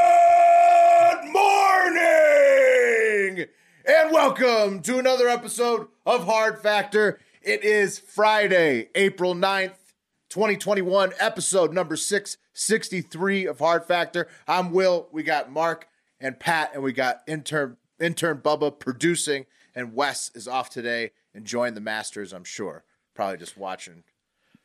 Good morning and welcome to another episode of Hard Factor. It is Friday, April 9th, 2021, episode number 663 of Hard Factor. I'm Will, we got Mark and Pat, and we got intern intern Bubba producing, and Wes is off today enjoying the Masters, I'm sure. Probably just watching,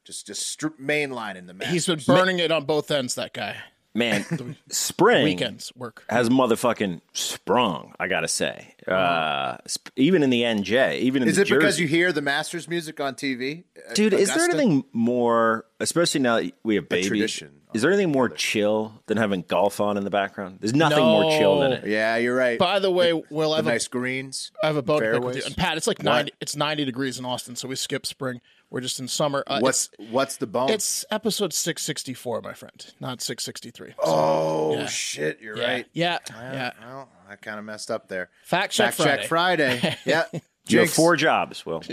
just just str- mainlining the Masters. He's been burning it on both ends. That guy man spring weekends work. has motherfucking sprung i gotta say uh sp- even in the nj even in Is the it because Jersey- you hear the Masters music on TV? dude is there Augusta? anything more especially now that we have babies tradition is there anything more chill than having golf on in the background there's nothing more chill than No. it Yeah, you're right. By the way, Will, I the have, nice greens. a, I have a bone to pick with you. fairways. And Pat, it's like ninety. It's ninety degrees in Austin, so we skip spring. We're just in summer. Uh, What's what's the bone? it's, it's episode six sixty four, my friend, not six sixty three. oh yeah. shit, you're yeah. right. Yeah, Well, yeah. well, I kind of messed up there. Fact check Friday. check Friday. yeah. you have Jinx. four jobs will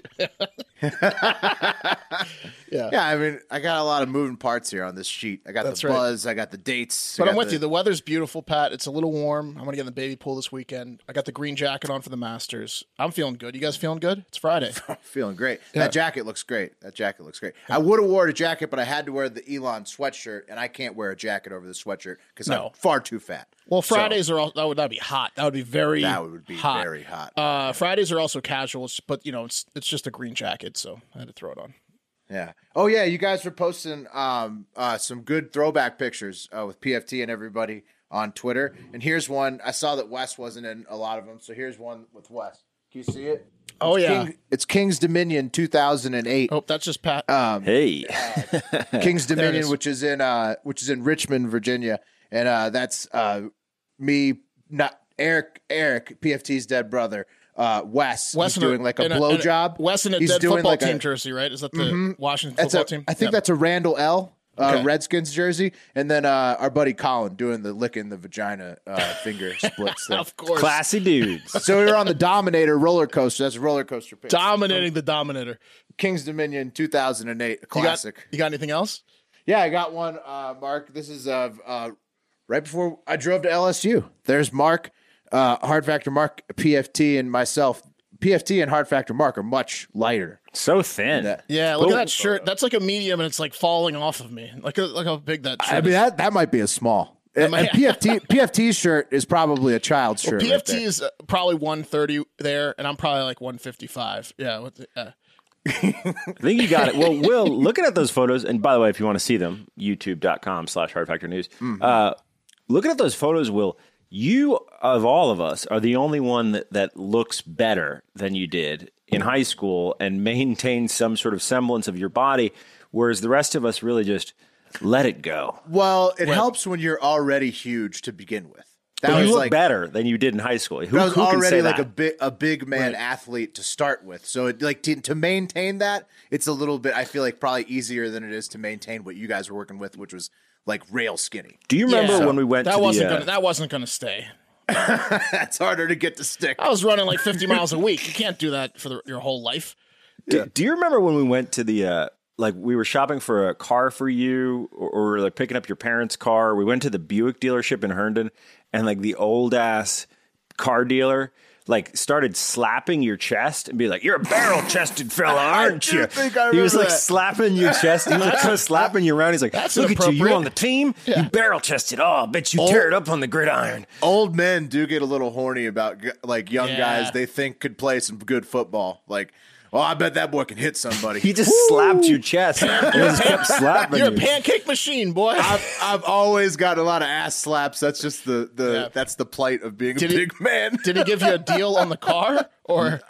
Yeah, I mean, I got a lot of moving parts here on this sheet. I got That's the right. buzz. I got the dates. I But I'm got with the- you. The weather's beautiful, Pat. It's a little warm. I'm gonna get in the baby pool this weekend. I got the green jacket on for the Masters. I'm feeling good. You guys feeling good? It's Friday. Feeling great. That jacket looks great. That jacket looks great. I would have worn a jacket, but I had to wear the Elon sweatshirt, and I can't wear a jacket over the sweatshirt because No. I'm far too fat. Well, Fridays are all that would not be hot. That would be very That would be very hot. Uh, Fridays are also casual, it's- but you know it's it's just a green jacket, so I had to throw it on. Yeah. Oh yeah, you guys were posting um uh some good throwback pictures uh, with PFT and everybody on Twitter. And here's one. I saw that Wes wasn't in a lot of them, so here's one with Wes. Can you see it? Oh yeah. King, it's King's Dominion 2008. oh, that's just Pat. Uh, Um, hey King's Dominion, is. which is in uh which is in Richmond, Virginia, and uh that's uh me not Eric Eric PFT's dead brother. Uh, Wes, Wes he's in a- doing like a in in blowjob. Wes in a He's dead doing football like a- Mm-hmm. team jersey, right? Is that the Washington That's football a, team? I think Yeah. that's a Randall L. Uh, Okay. Redskins jersey, and then uh, our buddy Colin doing the licking the vagina uh, finger splits. Thing. of course classy dudes So we were on the Dominator roller coaster. That's a roller coaster pick. dominating the dominator. King's Dominion, two thousand and eight, a You got- classic. You got, anything else? yeah, I got one, uh, Mark. This is uh, uh, right before I drove to LSU. There's Mark, uh, Hard Factor Mark, PFT, and myself. PFT and Hard Factor Mark are much lighter. so thin Yeah, look Oh. at that shirt. That's like a medium, and it's like falling off of me. Like uh, look how big that. Shirt I mean is. that that might be a small. And, and might- PFT PFT's shirt is probably a child's shirt. right PFT there. is uh, probably 130 there, and I'm probably like 155. Yeah. What the, uh, I think you got it. Well, Will, looking at those photos, and by the way, if you want to see them, youtube.com slash hard factor news. Mm-hmm. Uh, looking at those photos, Will, you of all of us are the only one that, that looks better than you did in high school and maintains some sort of semblance of your body, whereas the rest of us really just let it go. Well, it helps when you're already huge to begin with. That But you was look like better than you did in high school. Who, that was who can say already like that? a big a big man athlete to start with. So it like to, to maintain that, it's a little bit I feel like probably easier than it is to maintain what you guys were working with, which was like rail skinny. Do you remember Yeah. when we went that to the, wasn't uh, gonna, that wasn't going to stay. That's harder to get to stick. I was running like 50 miles a week. You can't do that for the, your whole life. Do, do you remember when we went to the uh, like we were shopping for a car for you or, or like picking up your parents' car? We went to the Buick dealership in Herndon, and like the old ass car dealer like started slapping your chest and be like, "You're a barrel chested fella, aren't do you?" think I he was remember like that. slapping your chest. He was like, kinda slapping you around. He's like, That's "Look at you, you inappropriate. on the team. You barrel chested. Oh, bet you tear it up on the gridiron." Old men do get a little horny about g- like young Yeah. guys they think could play some good football. Like, oh, I bet that boy can hit somebody. He just slapped your chest. and he just kept slapping You're a you. pancake machine, boy. I've, I've always got a lot of ass slaps. That's just the the Yeah. that's the plight of being Did a he- big man. Did he give you a deal on the car or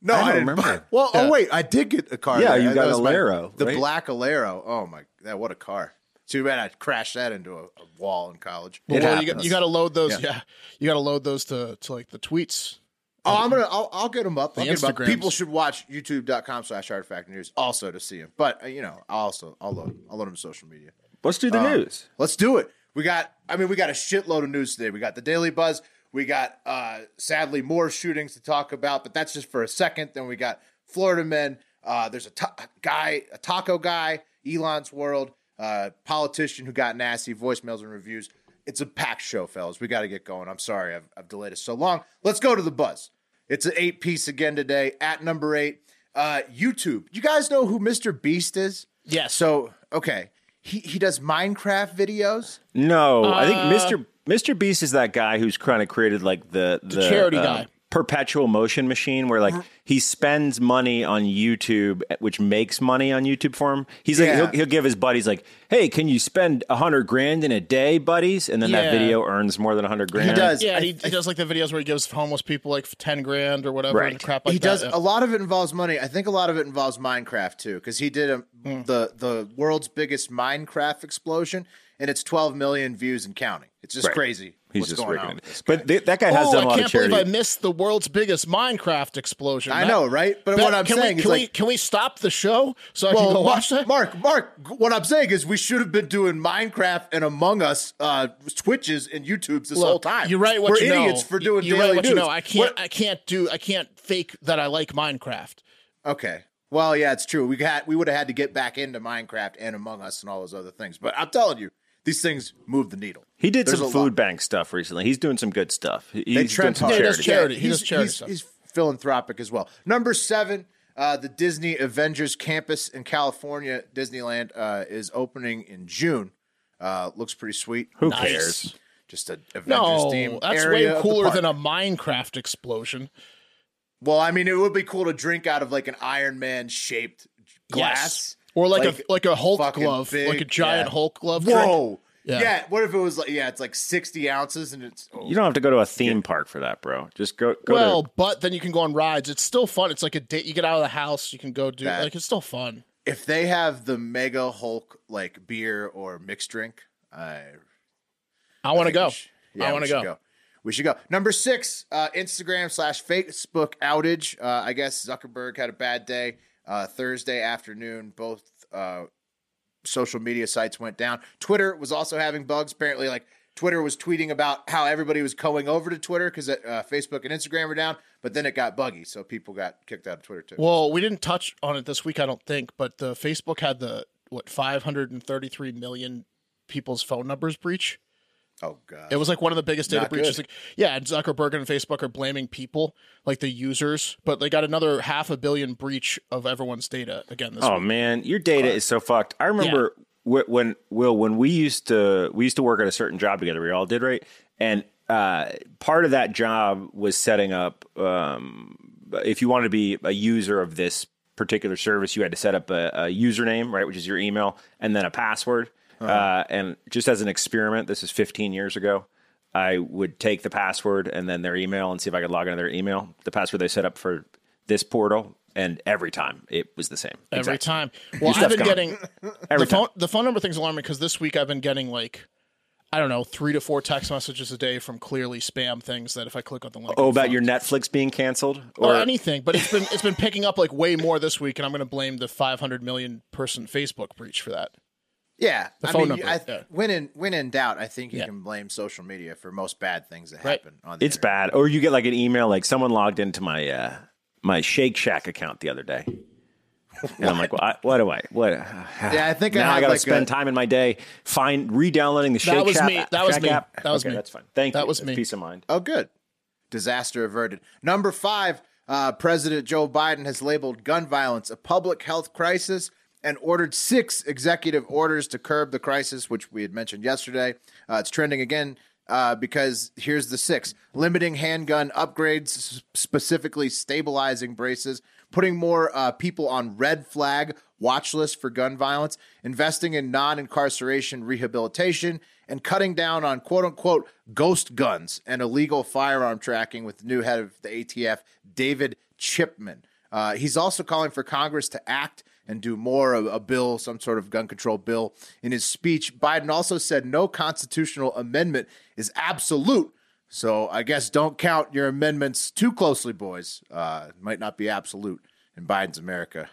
No, I I, don't didn't remember. buy- Well, oh wait, I did get a car. Yeah, that- you that got was my- Alero, the right? black Alero. Oh my, that what a car! Too bad I crashed that into a, a wall in college. But It well, you, happens. got, you got to load those. Yeah. Yeah. you got to load those to to like the tweets. Oh, I'm gonna. I'll, I'll get them up. I'll The get 'em up. Instagrams. People should watch YouTube.com/slash Hard Factor News also to see them. But uh, you know, I'll also I'll load 'em. I'll load them to social media. Let's do Uh, the news. Let's do it. We got. I mean, we got a shitload of news today. We got the Daily Buzz. We got uh, sadly more shootings to talk about, but that's just for a second. Then we got Florida men. Uh, there's a ta- guy, a taco guy, Elon's world, uh, politician who got nasty voicemails and reviews. It's a packed show, fellas. We got to get going. I'm sorry, I've, I've delayed us so long. Let's go to the buzz. It's an eight piece again today at number eight. Uh, YouTube. You guys know who Mr. Beast is? Yes. So okay, he he does Minecraft videos. No, I think Uh, Mr. Mr. Beast is that guy who's kind of created like the the, uh, charity guy. Uh-huh. perpetual motion machine where like he spends money on YouTube, eh, which makes money on YouTube for him. He's like Yeah. he'll, he'll give his buddies like, "Hey, can you spend a hundred grand in a day, buddies?" And then that Yeah. video earns more than a hundred grand. does. Yeah, I- he, he does like the videos where he gives homeless people like ten grand or whatever Right. and crap like he that. does yeah. a lot of it involves money. I think a lot of it involves Minecraft too, because he did a, Hmm. the the world's biggest Minecraft explosion, and it's 12 million views and counting. It's just Right. crazy. He's what's just going rigging on? with it. this guy. But th- that guy has oh, done a I lot of can't believe I charity. missed the world's biggest Minecraft explosion. I That- know, right? But That- what I'm can saying we, is can we like- can we stop the show so I well, can go Ma- watch that? Mark, Mark, g- what I'm saying is we should have been doing Minecraft and Among Us uh, Twitches and YouTubes this whole Look, time. You're right. What We're you know. idiots for doing You're daily right. What news. you know. I can't. What- I can't do. I can't fake that I like Minecraft. Okay. Well, yeah, it's true. We got we would have had to get back into Minecraft and Among Us and all those other things. But I'm telling you, these things move the needle. He did There's some a food lot. bank stuff recently. He's doing some good stuff. He- They He's doing trend some hard. Yeah, he does charity. charity. He he's, does charity he's- stuff. he's philanthropic as well. Number seven, uh, the Disney Avengers campus in California, Disneyland, uh, is opening in June. Uh, looks pretty sweet. Who Nice. cares? Just an Avengers No, theme. that's way cooler than a Minecraft explosion. Well, I mean, it would be cool to drink out of like an Iron Man shaped glass. Yes. Or like, a like a Hulk fucking glove, big, like a giant yeah. Hulk glove. Whoa. Yeah. Yeah. What if it was like, yeah, it's like 60 ounces and it's, oh, You don't have to go to a theme park for that, bro. Just go. go Well, to, but then you can go on rides. It's still fun. It's like a date. You get out of the house. You can go do That- like it's still fun. if they have the mega Hulk like beer or mixed drink, I I want to go. we sh- yeah, I we want to should go. We should go. Number six, uh, Instagram slash Facebook outage. Uh, I guess Zuckerberg had a bad day. Uh, Thursday afternoon, both uh, social media sites went down. Twitter was also having bugs. Apparently, like Twitter was tweeting about how everybody was going over to Twitter because uh, Facebook and Instagram were down, but then it got buggy, so people got kicked out of Twitter too. Well, we didn't touch on it this week, I don't think. But the Facebook had the what 533 million people's phone numbers breach. oh god, It was like one of the biggest data Not breaches. good. Like, yeah, and Zuckerberg and Facebook are blaming people, like the users, but they got another half a billion breach of everyone's data again this oh week. man, your data is so fucked. I remember wh- when Will when we used to we used to work at a certain job together. We all did right, and uh, part of that job was setting up. Um, if you wanted to be a user of this particular service, you had to set up a, a username, right, which is your email, and then a password. Uh-huh. Uh, and just as an experiment, this is 15 years ago. I would take the password and then their email and see if I could log into their email, the password they set up for this portal, and every time it was the same. Every Exact- time. Well, I've stuff's been gone. getting Every the phone the phone number thing's alarming because this week I've been getting like I don't know, three to four text messages a day from clearly spam things that if I click on the link. Oh, I'm about your fucked. Oh, Netflix being canceled or anything, but it's been it's been picking up like way more this week, and I'm going to blame the 500 million person Facebook breach for that. Yeah, I phone mean, number, I th- yeah. when in when in doubt, I think you Yeah. can blame social media for most bad things that Right. happen. On the It's internet. bad. Or you get like an email like someone logged into my uh, my Shake Shack account the other day. And I'm like, well, I, what do I? What? Yeah, I think I now I, had, got to like, spend a- time in my day find re-downloading the Shake was Shack. me. That was Shack me. app. That was okay, me. That's fine. Thank That you. was That's me. Peace of mind. Oh, good. Disaster averted. Number five, uh, President Joe Biden has labeled gun violence a public health crisis and ordered six executive orders to curb the crisis, which we had mentioned yesterday. Uh, it's trending again uh, because here's the six limiting handgun upgrades, s- specifically stabilizing braces, putting more uh, people on red flag watch lists for gun violence, investing in non incarceration rehabilitation, and cutting down on quote unquote ghost guns and illegal firearm tracking with the new head of the ATF, David Chipman. Uh, he's also calling for Congress to act and do more of a bill, some sort of gun control bill. In his speech, Biden also said no constitutional amendment is absolute. So I guess don't count your amendments too closely, boys. Uh, it might not be absolute in Biden's America.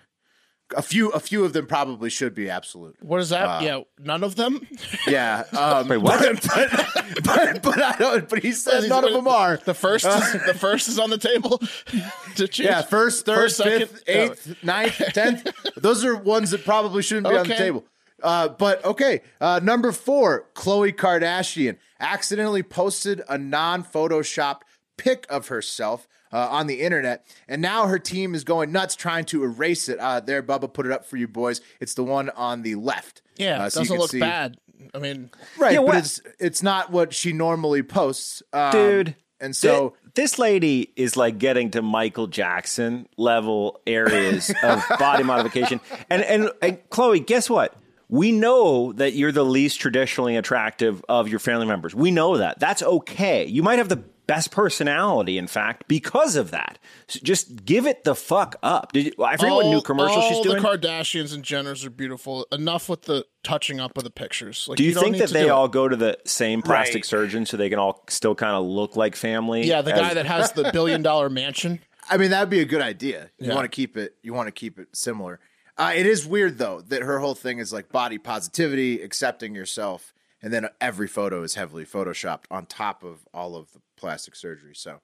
A few, a few of them probably should be absolute. What is Uh, that? yeah, none of them. Yeah. Um, Wait, what? but, but, but I don't. But he says He's none of put- them are. The first, is, the first is on the table. to choose. Yeah, first, third, First, second, fifth, no. eighth, ninth, tenth. Those are ones that probably shouldn't be on the Okay. table. Uh, but okay, uh, number four, Khloe Kardashian accidentally posted a non-photoshopped pic of herself uh, on the internet, and now her team is going nuts trying to erase it. Uh, there, Bubba put it up for you boys. It's the one on the left. Yeah, Uh, it so you doesn't can look see- bad. I mean, right? Yeah, but what- it's it's not what she normally posts, um, dude. And so thi- this lady is like getting to Michael Jackson level areas of body modification. And, and and Chloe, guess what? We know that you're the least traditionally attractive of your family members. We know that. That's okay. You might have the best personality, in fact, because of that. So just give it the fuck up. Did you, I forget what new commercial all she's doing. The Kardashians and Jenners are beautiful. Enough with the touching up of the pictures. Like, do you, don't think need that to they do it. all go to the same plastic Right. surgeon so they can all still kind of look like family? Yeah, the as- guy that has the billion dollar mansion. I mean, that'd be a good idea. You Yeah. want to keep it. You want to keep it similar. Uh, it is weird though that her whole thing is like body positivity, accepting yourself, and then every photo is heavily photoshopped on top of all of the plastic surgery. So,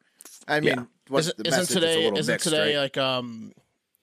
I mean, what's Isn't, the isn't message? It's a today little isn't mixed, today right? like um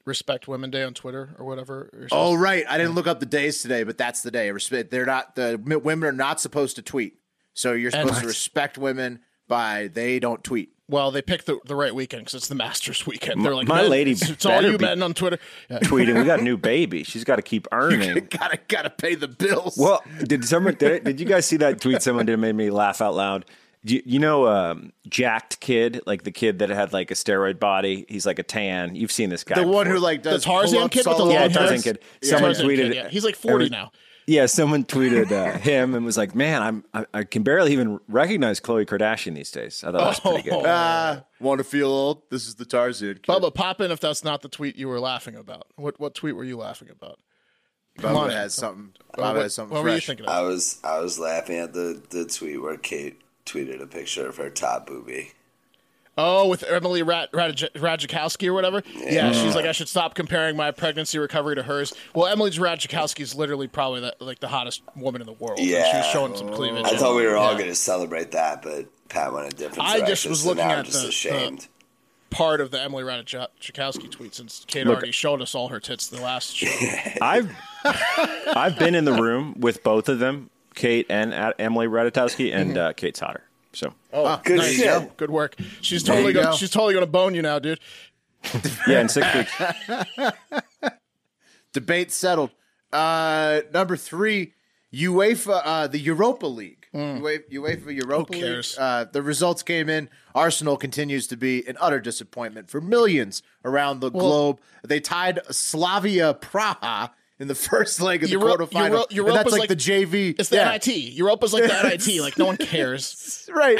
respect women day on Twitter or whatever? Or Oh right, I didn't look up the days today, but that's the day. Respect. They're not the mi- women are not supposed to tweet. So you're supposed to respect women by they don't tweet. Well, they picked the, the right weekend because it's the Masters weekend. My- They're like, my "Men, lady it's, it's all better you be- men on Twitter. Yeah. tweeting, "We got a new baby. She's got to keep earning." gotta gotta pay the bills. Well, did someone did, did you guys see that tweet someone did It made me laugh out loud? You, you know, um, jacked kid, like the kid that had like a steroid body. He's like a tan. You've seen this guy. the one before. who like The does Tarzan pull-ups kid with the all long yeah, over. hair? Tarzan Yes. kid. Yeah. Someone Tarzan tweeted. kid, yeah. He's like 40 now. Yeah, someone tweeted uh, him and was like, "Man, I'm I, I can barely even recognize Khloe Kardashian these days." I thought that was pretty good. Ah, want to feel old? This is the Tarzan. Kid. Uh, Bubba, pop in if that's not the tweet you were laughing about. What what tweet were you laughing about? Bubba on. has something. Uh, What- Bubba has something what were you fresh. thinking I of? was I was laughing at the, the tweet where Kate tweeted a picture of her top boobie. Oh, with Emily Rat, Radaj- Radzikowski or whatever. Yeah. she's like, I should stop comparing my pregnancy recovery to hers. Well, Emily Radzikowski is literally probably the, like the hottest woman in the world. and she was Yeah. showing some cleavage. I thought we were all Yeah. going to celebrate that, but Pat went a different I direction. just was so looking now at I'm just the- ashamed. part of the Emily Ratajkowski tweet since Kate already showed us all her tits the last show. I've I've been in the room with both of them, Kate and uh, Emily Ratajkowski, Mm-hmm. and uh, Kate's hotter. So Oh. Good Nice. shit. Yeah, Good work. She's you totally gonna, go. she's totally gonna bone you now, dude. yeah, in six weeks. Debate settled. Uh, number three, UEFA, uh, the Europa League. Ue- UEFA Europa League. Hmm. cares? Uh, the results came in. Arsenal continues to be an utter disappointment for millions around the globe. They tied Slavia Praha in the first leg of the Euro- quarterfinal. Euro- and Europa's that's like, like- the JV. It's the Yeah, NIT. Europa's like the NIT. Like no one cares. Right.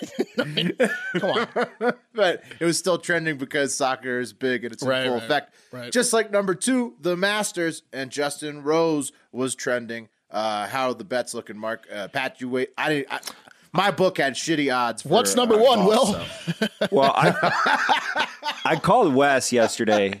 Come on. but it was still trending because soccer is big and it's Right, in full right, effect. right. Just like number two, the Masters and Justin Rose was trending. Uh, how are the bets looking, Mark? Uh, Pat, you wait. I didn't. I, my book had shitty odds. For, What's number uh, one, golf, Will? so. Well, I I called Wes yesterday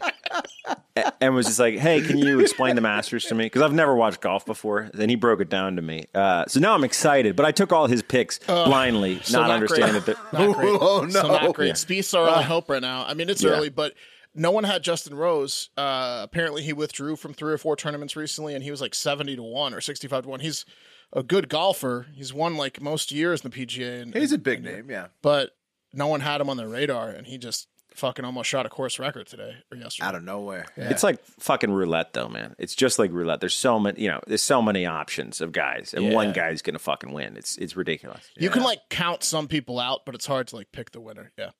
a- and was just like, "Hey, can you explain the Masters to me?" Because I've never watched golf before. Then he broke it down to me. Uh, so now I'm excited, but I took all his picks blindly, not not understanding great. that. they're- Not great. Oh, So no. not great. Spieth's our only hope right now. I mean, it's Yeah. early, but no one had Justin Rose. Uh, apparently, he withdrew from three or four tournaments recently, and he was like seventy to one or sixty-five to one. He's a good golfer. He's won like most years in the PGA. And, He's a big name, yeah. but no one had him on their radar, and he just fucking almost shot a course record today or yesterday. Out of nowhere. It's like fucking roulette, though, man. It's just like roulette. There's so many, you know, there's so many options of guys, and one guy's gonna fucking win. It's it's ridiculous. You can like count some people out, but it's hard to like pick the winner. Yeah.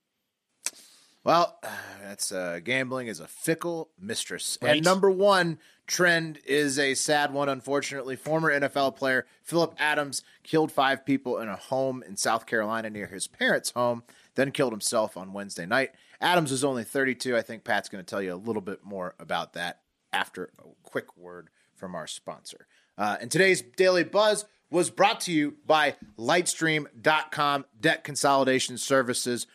Well, that's uh, gambling is a fickle mistress. Right. And number one trend is a sad one, unfortunately. Former NFL player Philip Adams killed five people in a home in South Carolina near his parents' home, then killed himself on Wednesday night. Adams is only 32. I think Pat's going to tell you a little bit more about that after a quick word from our sponsor. Uh, and today's Daily Buzz was brought to you by Lightstream.com Debt Consolidation Services.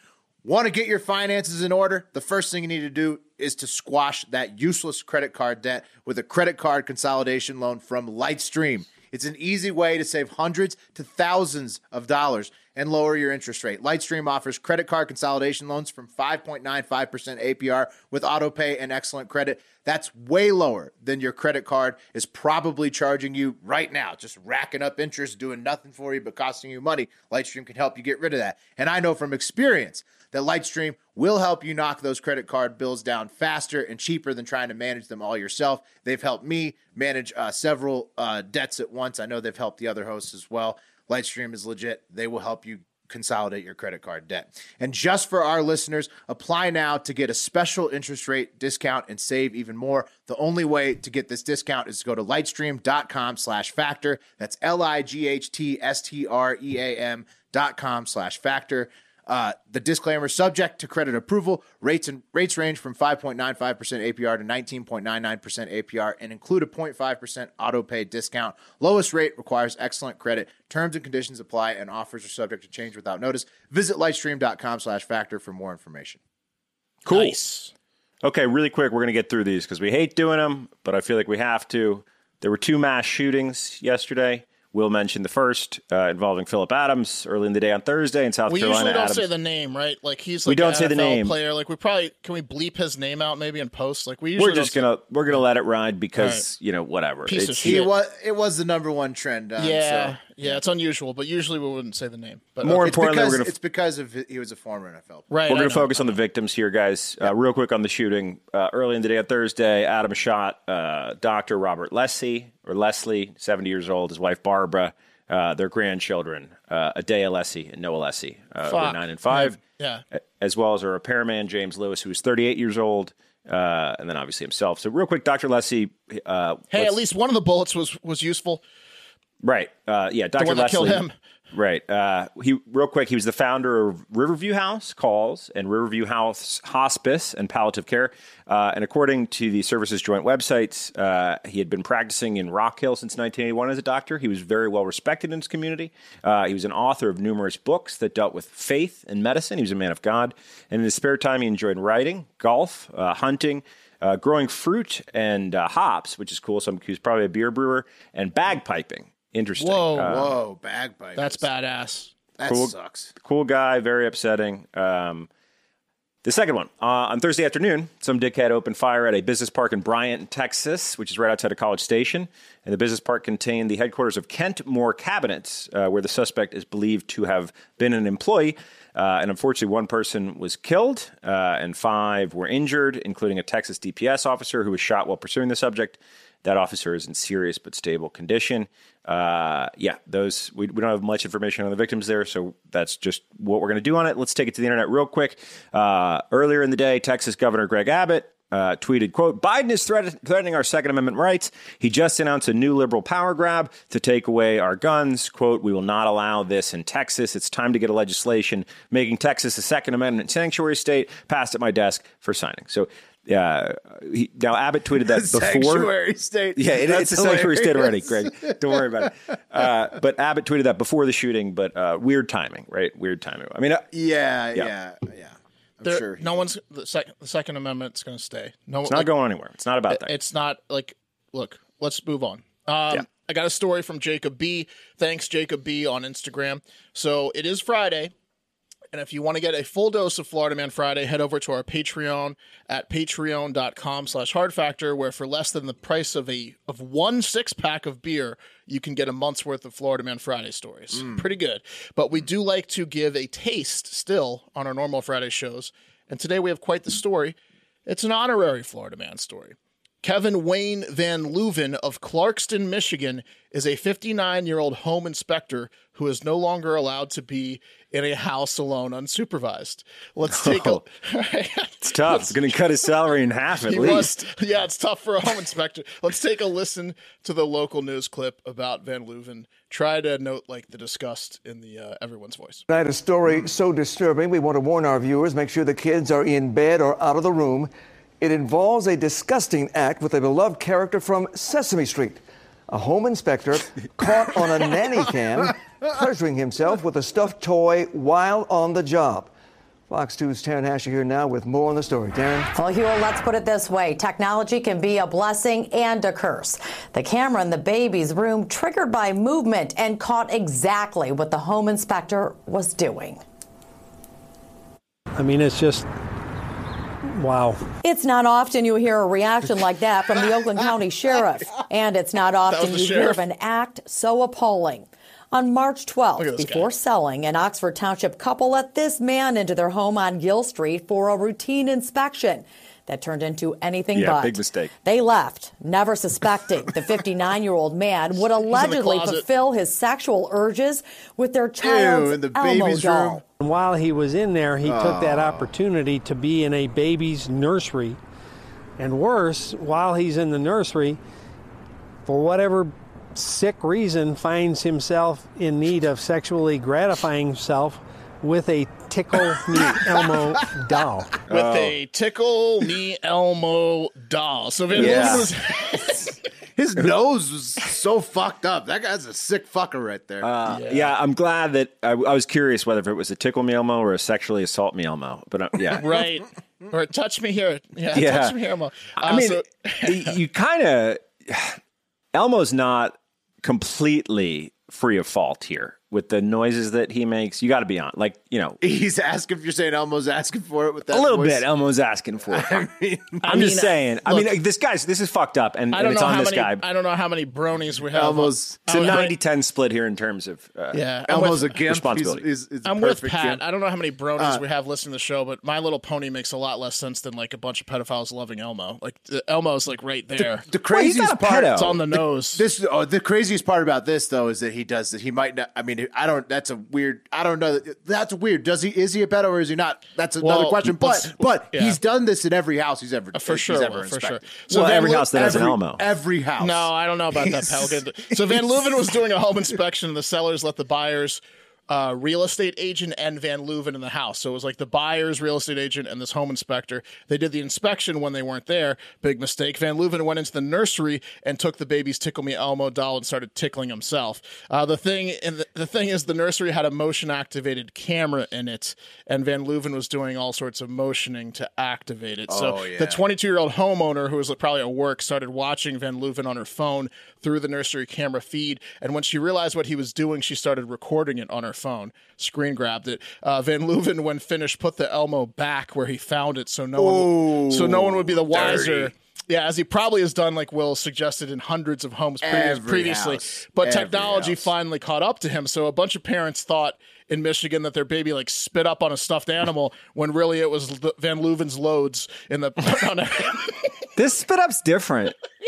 Want to get your finances in order? The first thing you need to do is to squash that useless credit card debt with a credit card consolidation loan from Lightstream. It's an easy way to save hundreds to thousands of dollars and lower your interest rate. Lightstream offers credit card consolidation loans from 5.95% APR with auto pay and excellent credit. That's way lower than your credit card is probably charging you right now, just racking up interest, doing nothing for you but costing you money. Lightstream can help you get rid of that. And I know from experience that Lightstream will help you knock those credit card bills down faster and cheaper than trying to manage them all yourself. They've helped me manage uh, several uh, debts at once. I know they've helped the other hosts as well. Lightstream is legit. They will help you consolidate your credit card debt. And just for our listeners, apply now to get a special interest rate discount and save even more. The only way to get this discount is to go to lightstream.com slash factor. That's L-I-G-H-T-S-T-R-E-A-M E dot com slash factor. Uh, the disclaimer: subject to credit approval. Rates and rates range from 5.95% APR to 19.99% APR, and include a 0.5% auto pay discount. Lowest rate requires excellent credit. Terms and conditions apply, and offers are subject to change without notice. Visit lightstream.com/factor for more information. Cool. Nice. Okay, really quick, we're going to get through these because we hate doing them, but I feel like we have to. There were two mass shootings yesterday. We'll mention the first uh, involving Philip Adams early in the day on Thursday in South We Carolina. usually don't Adams. say the name, right? Like he's like We an don't say the NFL name. player. Like we probably can we bleep his name out maybe in post. Like we usually we're just don't gonna we're gonna let it ride because you know whatever. Piece of It's- It shit. was it was the number one trend. Um, say- yeah, so. yeah. It's unusual, but usually we wouldn't say the name. But More okay. It's importantly, because, we're gonna it's because of he was a former NFL. player. right. We're I going know. to focus on the victims here, guys. Uh, real quick on the shooting. Uh, early in the day on Thursday, Adam shot uh, Dr. Robert Leslie, or Leslie, 70 years old, his wife Barbara, uh, their grandchildren, uh, Adea Leslie and Noah Leslie, uh, who are Fuck. nine and five, Yeah. a- as well as our repairman, James Lewis, who is 38 years old, uh, and then obviously himself. So, real quick, Dr. Leslie. Uh, Hey, at let's- least one of the bullets was was useful. Right. Uh, yeah, Dr. one that Leslie. killed him. Right. Uh, he real quick. He was the founder of Riverview House Calls and Riverview House Hospice and Palliative Care. Uh, and according to the service's joint websites, uh, he had been practicing in Rock Hill since 1981 as a doctor. He was very well respected in his community. Uh, he was an author of numerous books that dealt with faith and medicine. He was a man of God. And in his spare time, he enjoyed writing, golf, uh, hunting uh, growing fruit and uh, hops, which is cool. So I'm- he's probably a beer brewer and bagpiping. Interesting. Whoa, Uh, Whoa, Oh, bagpipe. That's badass. that cool. sucks. cool guy, very upsetting. Um, the second one uh, on Thursday afternoon, some dickhead opened fire at a business park in Bryant, Texas, which is right outside of College Station. And the business park contained the headquarters of Kent Moore Cabinets, uh, where the suspect is believed to have been an employee. Uh, and unfortunately, one person was killed uh, and five were injured, including a Texas DPS officer who was shot while pursuing the subject. That officer is in serious but stable condition. Uh, yeah, those we, we don't have much information on the victims there, so that's just what we're going to do on it. Let's take it to the internet real quick. Uh, earlier in the day, Texas Governor Greg Abbott uh, tweeted, "quote Biden is threat- threatening our Second Amendment rights. He just announced a new liberal power grab to take away our guns. Quote: We will not allow this in Texas. It's time to get a legislation making Texas a Second Amendment sanctuary state passed at my desk for signing." So. Yeah. He, now Abbott tweeted that before. Sanctuary state. Yeah, it, That's it's a sanctuary state already, hilarious. Greg. Don't worry about it. Uh, but Abbott tweeted that before the shooting, but uh, weird timing, right? Weird timing. I mean, uh, Yeah, yeah, yeah. Yeah. I'm There, sure. he- no one's the, sec, the Second Amendment's going to stay. No, it's not going anywhere. It's not about that. It's not like, look, let's move on. Um, I got a story from Jacob B. Thanks, Jacob B. on Instagram. So it is Friday. And if you want to get a full dose of Florida Man Friday, head over to our Patreon at patreon.com slash hard factor, where for less than the price of a of one six pack of beer, you can get a month's worth of Florida Man Friday stories. Pretty good. But we do like to give a taste still on our normal Friday shows. And today we have quite the story. It's an honorary Florida Man story. Kevin Wayne Van Leuven of Clarkston, Michigan, is a 59 year old home inspector who is no longer allowed to be in a house alone unsupervised. Let's take Oh. a. It's tough. It's going to cut his salary in half at He least. must. Yeah, it's tough for a home inspector. Let's take a listen to the local news clip about Van Leuven. Try to note like the disgust in the uh, everyone's voice. Tonight, a story so disturbing, we want to warn our viewers make sure the kids are in bed or out of the room. It involves a disgusting act with a beloved character from Sesame Street. A home inspector caught on a nanny cam, pleasuring himself with a stuffed toy while on the job. Fox 2's Taryn Asher here now with more on the story. Taryn? Well, Hugh, let's put it this way technology can be a blessing and a curse. The camera in the baby's room triggered by movement and caught exactly what the home inspector was doing. I mean, it's just wow. It's not often you hear a reaction like that from the Oakland County Sheriff, and it's not often the you hear sheriff. of an act so appalling. On March 12th, this guy. before selling, an Oxford Township couple let this man into their home on Gill Street for a routine inspection that turned into anything Yeah, but. big mistake. They left, never suspecting the 59 year old man would allegedly closet. fulfill his sexual urges with their child's Ew, in the Elmo baby's doll. room. And while he was in there, he took that opportunity to be in a baby's nursery. And worse, while he's in the nursery, for whatever sick reason, finds himself in need of sexually gratifying himself with a tickle me Elmo doll. With Oh. a tickle me Elmo doll. So Van Yeah. Leuven was His nose was so fucked up. That guy's a sick fucker right there. Uh, yeah. I'm glad that I, I was curious whether if it was a tickle me Elmo or a sexually assault me Elmo. But uh, yeah, right. Or touch me here. Yeah, Yeah. touch me here, Elmo. Uh, I mean, so- y- you kind of Elmo's not completely free of fault here with the noises that he makes. You got to be on, like you know, He's asking if you're saying Elmo's asking for it with that a little voice. bit. Elmo's asking for it. I'm just saying. I mean, like, this guy's this is fucked up, and, uh, I and don't it's know on how this many. guy. I don't know how many bronies we have. Elmo's- it's a I- I- 90-10 split here in terms of uh, Yeah, I'm Elmo's with- a gimp. He's, responsibility. he's, he's a I'm with perfect Uh, Pat. gimp. I don't know how many bronies we have listening to the show, but My Little Pony makes a lot less sense than like a bunch of pedophiles loving Elmo. Like the- Elmo's like right there. The Well, he's craziest not a part. pedo. it's on the nose. This oh, the craziest part about this though is that he does that. He might not. I mean, I don't. That's a weird. I don't know. that- That's weird. Does he? Is he a pedo or is he not? That's another Well, question. let's- But but yeah. Uh, he's done this in every house he's ever for he's sure, ever for sure. inspected. So Well, Van every Leu- house that has an every, Elmo. Every house. No, I don't know about that, pal. Good. So Van Leuven was doing a home inspection, and the sellers let the buyers, uh, real estate agent, and Van Leuven in the house. So it was like the buyers, real estate agent, and this home inspector. They did the inspection when they weren't there. Big mistake. Van Leuven went into the nursery and took the baby's tickle me Elmo doll and started tickling himself. Uh, the thing and the, the thing is, the nursery had a motion activated camera in it, and Van Leuven was doing all sorts of motioning to activate it. so the 22 year old homeowner, who was probably at work, started watching Van Leuven on her phone through the nursery camera feed. And when she realized what he was doing, she started recording it on her phone, screen grabbed it. Uh, Van Leuven, when finished, put the Elmo back where he found it, so no one, so no one would be the wiser. Yeah, as he probably has done, like Will suggested in hundreds of homes previous- Every previously. house. But Every technology house. finally caught up to him. So a bunch of parents thought in Michigan that their baby like spit up on a stuffed animal when really it was L- Van Leuven's loads in the. on a- This spit up's different.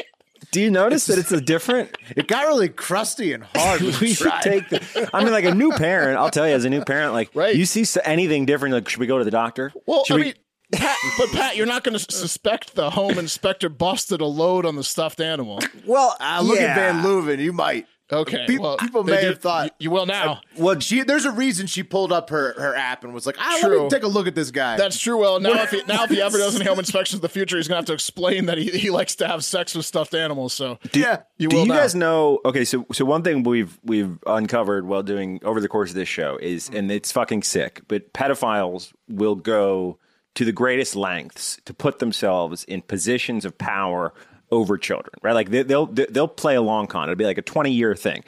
Do you notice that it's a different? It got really crusty and hard. when we we should tried. take the. I mean, like a new parent. I'll tell you, as a new parent, like Right. you see s- anything different, like should we go to the doctor? well, should I we, mean, Pat, but Pat, you're not going to suspect the home inspector busted a load on the stuffed animal. well, uh, look yeah. at Van Leuven. You might. Okay, Pe- well, people they may did- have thought. you, you will now. well, she, there's a reason she pulled up her, her app and was like, ah, let True. me take a look at this guy. That's true. Well, now if he, now if he ever does any home inspections in the future, he's gonna have to explain that he, he likes to have sex with stuffed animals. So yeah. you do will you now. guys know? Okay, so so one thing we've we've uncovered while doing over the course of this show is, Mm. and it's fucking sick, but pedophiles will go to the greatest lengths to put themselves in positions of power over children, right? Like they, they'll they'll play a long con. It'll be like a twenty year thing.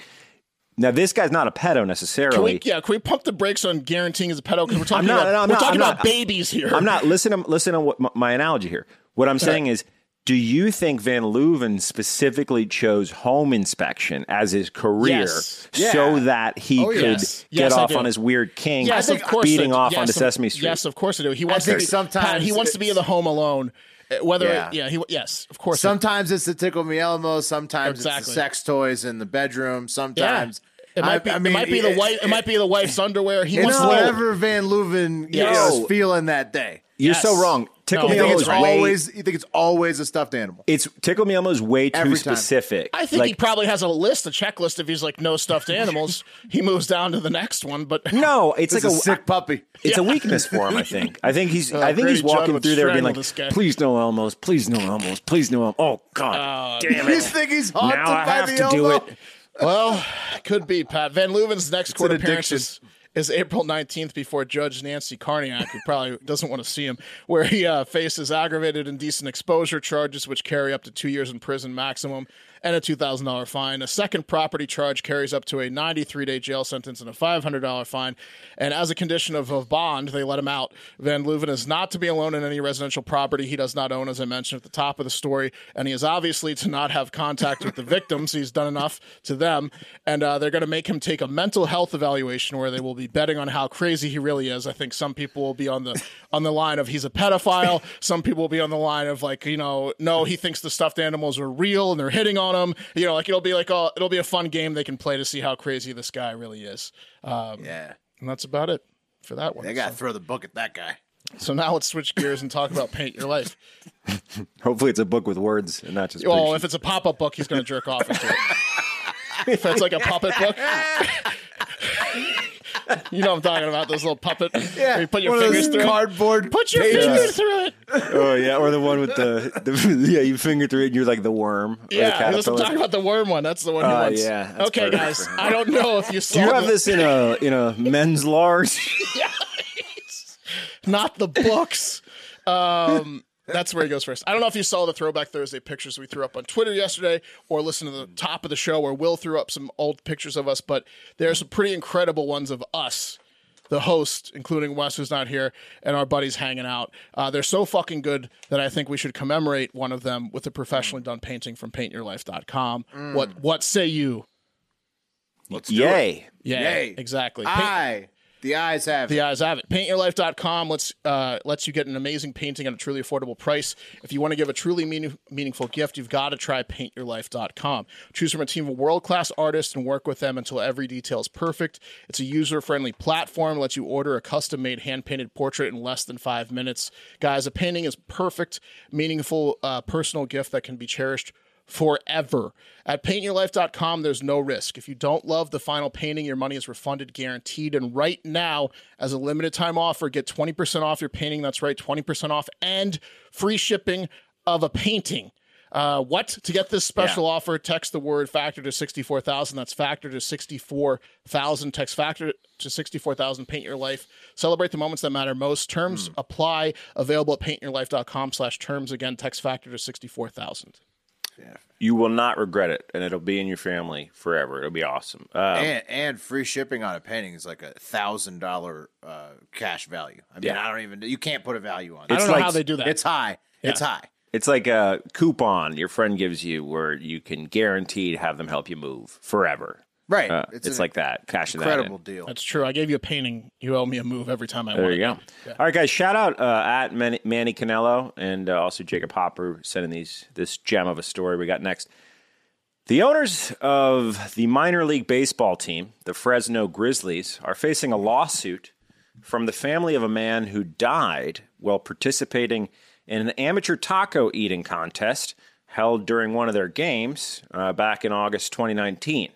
Now this guy's not a pedo Can necessarily. we, yeah, can we pump the brakes on guaranteeing he's a pedo? Because we're talking not- about, no, I'm we're not- talking I'm not- about babies here. I'm not listen. To, listen to what my, my analogy here. What I'm saying is, do you think Van Leuven specifically chose home inspection as his career Yes. Oh, so that he could yes. get Yes, I off do. on his weird king? Yes, of course. I beating do. off yes, onto of- Sesame Street. Yes, of course I do. He wants to think be sometimes Pat, he wants to be in the home alone. uh, Whether Yeah. yeah, he yes, of course. Sometimes it's the tickle me Elmo. Sometimes it's the Exactly. sex toys in the bedroom. yeah. Sometimes It I- might be. I mean, it might be the it- wife. It, might be the wife's underwear. He It's wants to whatever Van Leuven you Yes. know, is No. feeling that day. You're so Yes. wrong. Tickle No, me I think Elmo It's is it's wrong. way. always you think it's always a stuffed animal. It's Tickle Me Elmo is way too Every time. specific. I think he Like, probably has a list, a checklist. If he's like no stuffed animals, he moves down to the next one. But no. It's It's like a a, sick puppy. It's a weakness for him. I think. I think he's. I think Grady he's walking Judd through there being would like, strangle this guy. "Please no Elmos. Please no Elmos. Please no Elmos. Oh God, damn You it! think he's haunted Now I by have the to do Elmo? it." Well, could be Pat Van Leuven's next court an appearance is, addiction. is April nineteenth before Judge Nancy Carniak, who probably doesn't want to see him, where he uh, faces aggravated indecent exposure charges, which carry up to two years in prison maximum and a two thousand dollar fine. A second property charge carries up to a ninety three day jail sentence and a five hundred dollar fine. And as a condition of, of bond, they let him out. Van Leuven is not to be alone in any residential property he does not own, as I mentioned at the top of the story, and he is obviously to not have contact with the victims. He's done enough to them, and uh, they're going to make him take a mental health evaluation where they will be betting on how crazy he really is. I think some people will be on the on the line of he's a pedophile. Some people will be on the line of like you know no he thinks the stuffed animals are real and they're hitting on him. You know like it'll be like oh it'll be a fun game they can play to see how crazy this guy really is. Um, Yeah, and that's about it for that one. they gotta throw the book at that guy. So now let's switch gears and talk about paint your life. Hopefully, it's a book with words and not just. Well, pictures. if it's a pop up book, he's going to jerk off into it. if it's like a puppet book. you know what I'm talking about, those little puppet. Yeah. You put your One of fingers those through it. cardboard. Put your pages. fingers through it. Oh yeah, or the one with the, the yeah, you finger through it and you're like the worm. Or the Yeah, let's caterpillar. talk about the worm one. That's the one he Uh, wants. yeah, that's okay, perfect guys. for him. I don't know if you saw Do you have the- this in a in a men's large? not the books. Um, that's where he goes first. I don't know if you saw the Throwback Thursday pictures we threw up on Twitter yesterday or listened to the top of the show where Will threw up some old pictures of us, but there's some pretty incredible ones of us, the host, including Wes, who's not here, and our buddies hanging out. Uh, they're so fucking good that I think we should commemorate one of them with a professionally done painting from paintyourlife.com. Mm. What, what say you? Yay! Yeah, Yay. exactly. Paint- I the eyes have. the it. eyes have it. Paintyourlife.com lets uh, lets you get an amazing painting at a truly affordable price. If you want to give a truly meaning, meaningful gift, you've got to try paintyourlife.com. Choose from a team of world class artists and work with them until every detail is perfect. It's a user friendly platform, lets you order a custom made hand painted portrait in less than five minutes. Guys, a painting is perfect, meaningful, uh, personal gift that can be cherished forever. At paintyourlife.com, there's no risk. If you don't love the final painting, your money is refunded guaranteed. And right now, as a limited time offer, get 20% off your painting. That's right, 20% off and free shipping of a painting. Uh, what? To get this special offer, text the word factor to 64,000. That's factor to 64,000. Text factor to 64,000. Paint your life. Celebrate the moments that matter most. Terms apply. Available at paintyourlife.com slash terms. Again, text factor to 64,000. You will not regret it, and it'll be in your family forever. It'll be awesome. Uh, And, and free shipping on a painting is like a thousand dollar uh, cash value. I mean, Yeah. I don't even. You can't put a value on. I it. It's don't know like- how they do that. It's high. It's high. it's like a coupon your friend gives you, where you can guaranteed have them help you move forever. Right. Uh, It's it's an like that. Cash in that in. Incredible deal. That's true. I gave you a painting. You owe me a move every time I There want you it. go. All right, guys. Shout out uh, at Manny, Manny Canello and uh, also Jacob Hopper sending these this gem of a story we got next. The owners of the minor league baseball team, the Fresno Grizzlies, are facing a lawsuit from the family of a man who died while participating in an amateur taco eating contest held during one of their games uh, back in August 2019.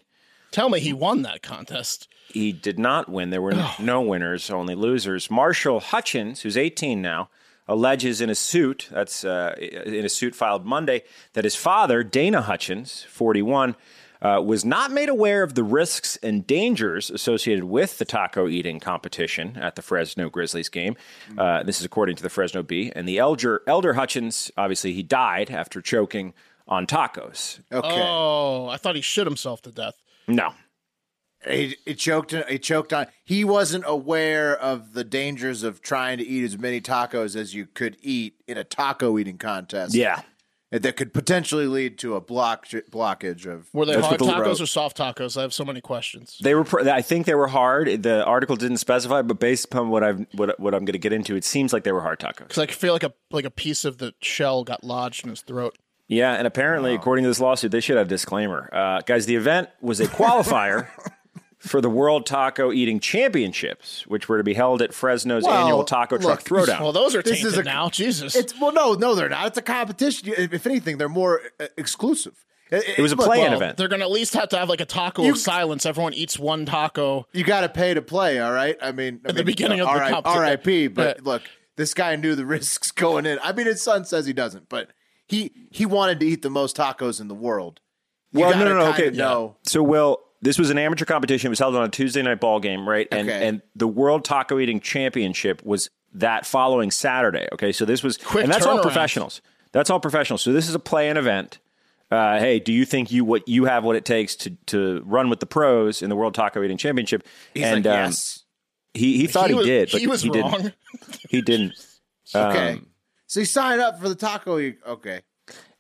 Tell me he won that contest. He did not win. There were no winners, only losers. Marshall Hutchins, who's 18 now, alleges in a suit that's uh, in a suit filed Monday that his father, Dana Hutchins, 41, uh, was not made aware of the risks and dangers associated with the taco eating competition at the Fresno Grizzlies game. Uh, this is according to the Fresno Bee. And the elder, elder Hutchins, obviously, he died after choking on tacos. Okay. Oh, I thought he shit himself to death. No. He, he choked. He choked on. He wasn't aware of the dangers of trying to eat as many tacos as you could eat in a taco eating contest. Yeah. that could potentially lead to a block blockage of. Were they That's hard what the- tacos or soft tacos? I have so many questions. They were. pr- I think they were hard. The article didn't specify, but based upon what I've what what I'm going to get into, it seems like they were hard tacos. Because I feel like a like a piece of the shell got lodged in his throat. Yeah, and apparently, according to this lawsuit, they should have a disclaimer, uh, guys. The event was a qualifier for the World Taco Eating Championships, which were to be held at Fresno's Well, annual Taco Truck look, Throwdown. Well, those are This tainted is a- now. Jesus, It's well, no, no, they're not. It's a competition. You- If if anything, they're more uh, exclusive. It, was a look, play-in well, event. Oh, they're gonna at least have to have like a taco You- of silence. Everyone eats one taco. You got to pay to play. All right. I mean, I At the mean, beginning of all the right, competition. R.I.P. But Yeah. look, this guy knew the risks going in. I mean, his son says he doesn't, but he he wanted to eat the most tacos in the world. You well, no, gotta no, no. kinda Okay, know. So, Will, this was an amateur competition. It was held on a Tuesday night ball game, right? And Okay. and the World Taco Eating Championship was that following Saturday. Okay, so this was Quick and that's all turnaround. professionals. That's all professionals. So this is a play-in event. Uh, hey, do you think you what you have what it takes to to run with the pros in the World Taco Eating Championship? He's and like, um, yes. he he thought he, was, did, but he was didn't. wrong. He didn't. Okay. um, so he signed up for the taco. e- Okay.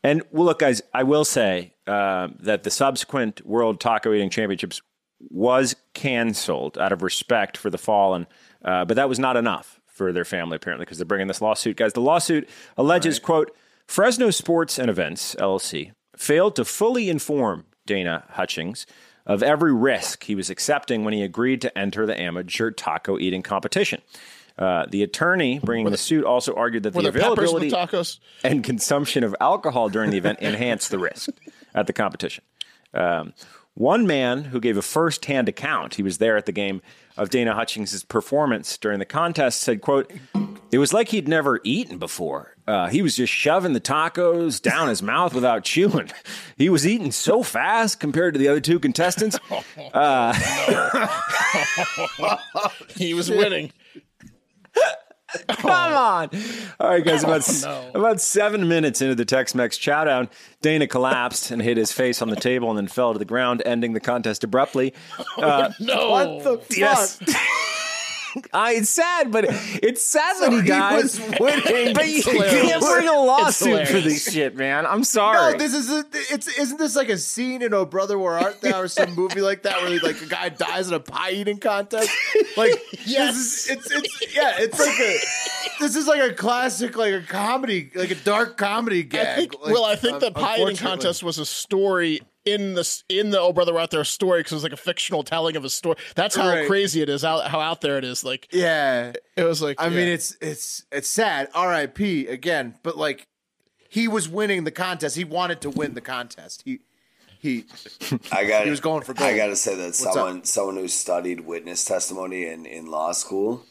And well, look, guys, I will say um that the subsequent World Taco Eating Championships was canceled out of respect for the fallen, uh, but that was not enough for their family apparently because they're bringing this lawsuit, guys. The lawsuit alleges, quote, Fresno Sports and Events LLC failed to fully inform Dana Hutchings of every risk he was accepting when he agreed to enter the amateur taco eating competition. Uh, the attorney bringing the suit also argued that Were the there peppers with availability tacos? and consumption of alcohol during the event enhanced the risk at the competition. Um, one man who gave a first-hand account, he was there at the game, of Dana Hutchings' performance during the contest said, quote, it was like he'd never eaten before. Uh, he was just shoving the tacos down his mouth without chewing. He was eating so fast compared to the other two contestants. He was winning. Come on. All right, guys, about, about seven minutes into the Tex Mex chowdown, Dana collapsed and hit his face on the table and then fell to the ground, ending the contest abruptly. No, What the Yes. fuck? I, it's sad, but it's sad that he He died. was winning. but you hilarious. can't bring a lawsuit for hilarious. this shit, man. I'm sorry. No, this is a, it's isn't this like a scene in Oh Brother Where Art Thou or some movie like that where like a guy dies in a pie eating contest? Like Yes. this is, it's it's yeah, it's like a this is like a classic like a comedy like a dark comedy gag. I think, Like, well, I think the un- pie eating unfortunately. contest was a story in this in the Oh Brother We're Out There story because it was like a fictional telling of a story. That's how Right. crazy it is. Out how out there it is. Like Yeah, it was like I mean yeah. it's it's it's sad. R.I.P. again, but like he was winning the contest. He wanted to win the contest. He he I got. He was going for I gold. got to say that up? someone someone who studied witness testimony in in law school,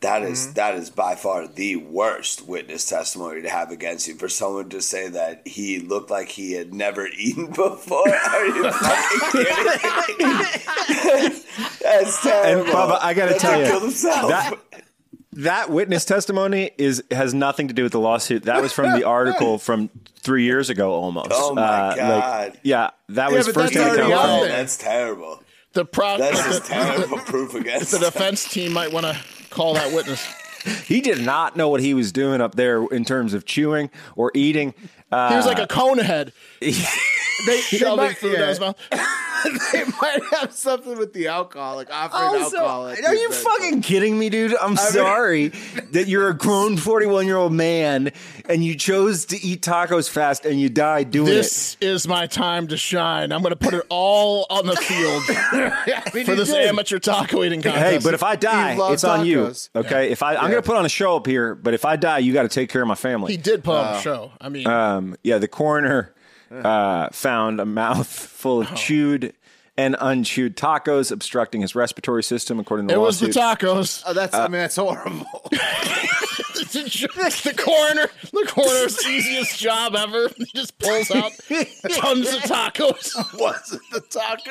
that is- that is by far the worst witness testimony to have against you. For someone to say that he looked like he had never eaten before, are you fucking kidding? me? That's terrible. Bubba, I gotta That tell dude you, killed himself. that that witness testimony is has nothing to do with the lawsuit. That was from the article from three years ago, almost. Uh, Oh my like, God. yeah, that was but first that's hand already account out from- oh, there. that's terrible. the pro That's the, just terrible proof against. the defense team might want to call that witness. He did not know what he was doing up there in terms of chewing or eating. Uh, He was like a cone head they, shoving might- food yeah. out his mouth. they might have something with the alcoholic offering Oh, alcoholic. are you fucking kidding me, dude? I'm sorry that you're a grown 41 year old man and you chose to eat tacos fast and you died doing it. This is my time to shine. I'm going to put it all on the field for this amateur taco eating contest. Hey, but if I die, loves it's on tacos. you. Okay, if I, I'm gonna put on a show up here, but if I die, you got to take care of my family. he did put on Oh. a show, I mean, Um, yeah, the coroner uh, found a mouth full Oh. of chewed and unchewed tacos obstructing his respiratory system, according to it the was the lawsuit. tacos. Oh, Uh, that's I mean that's horrible. the coroner, the coroner's easiest job ever. He just pulls out tons of Oh, tacos. Wasn't the taco?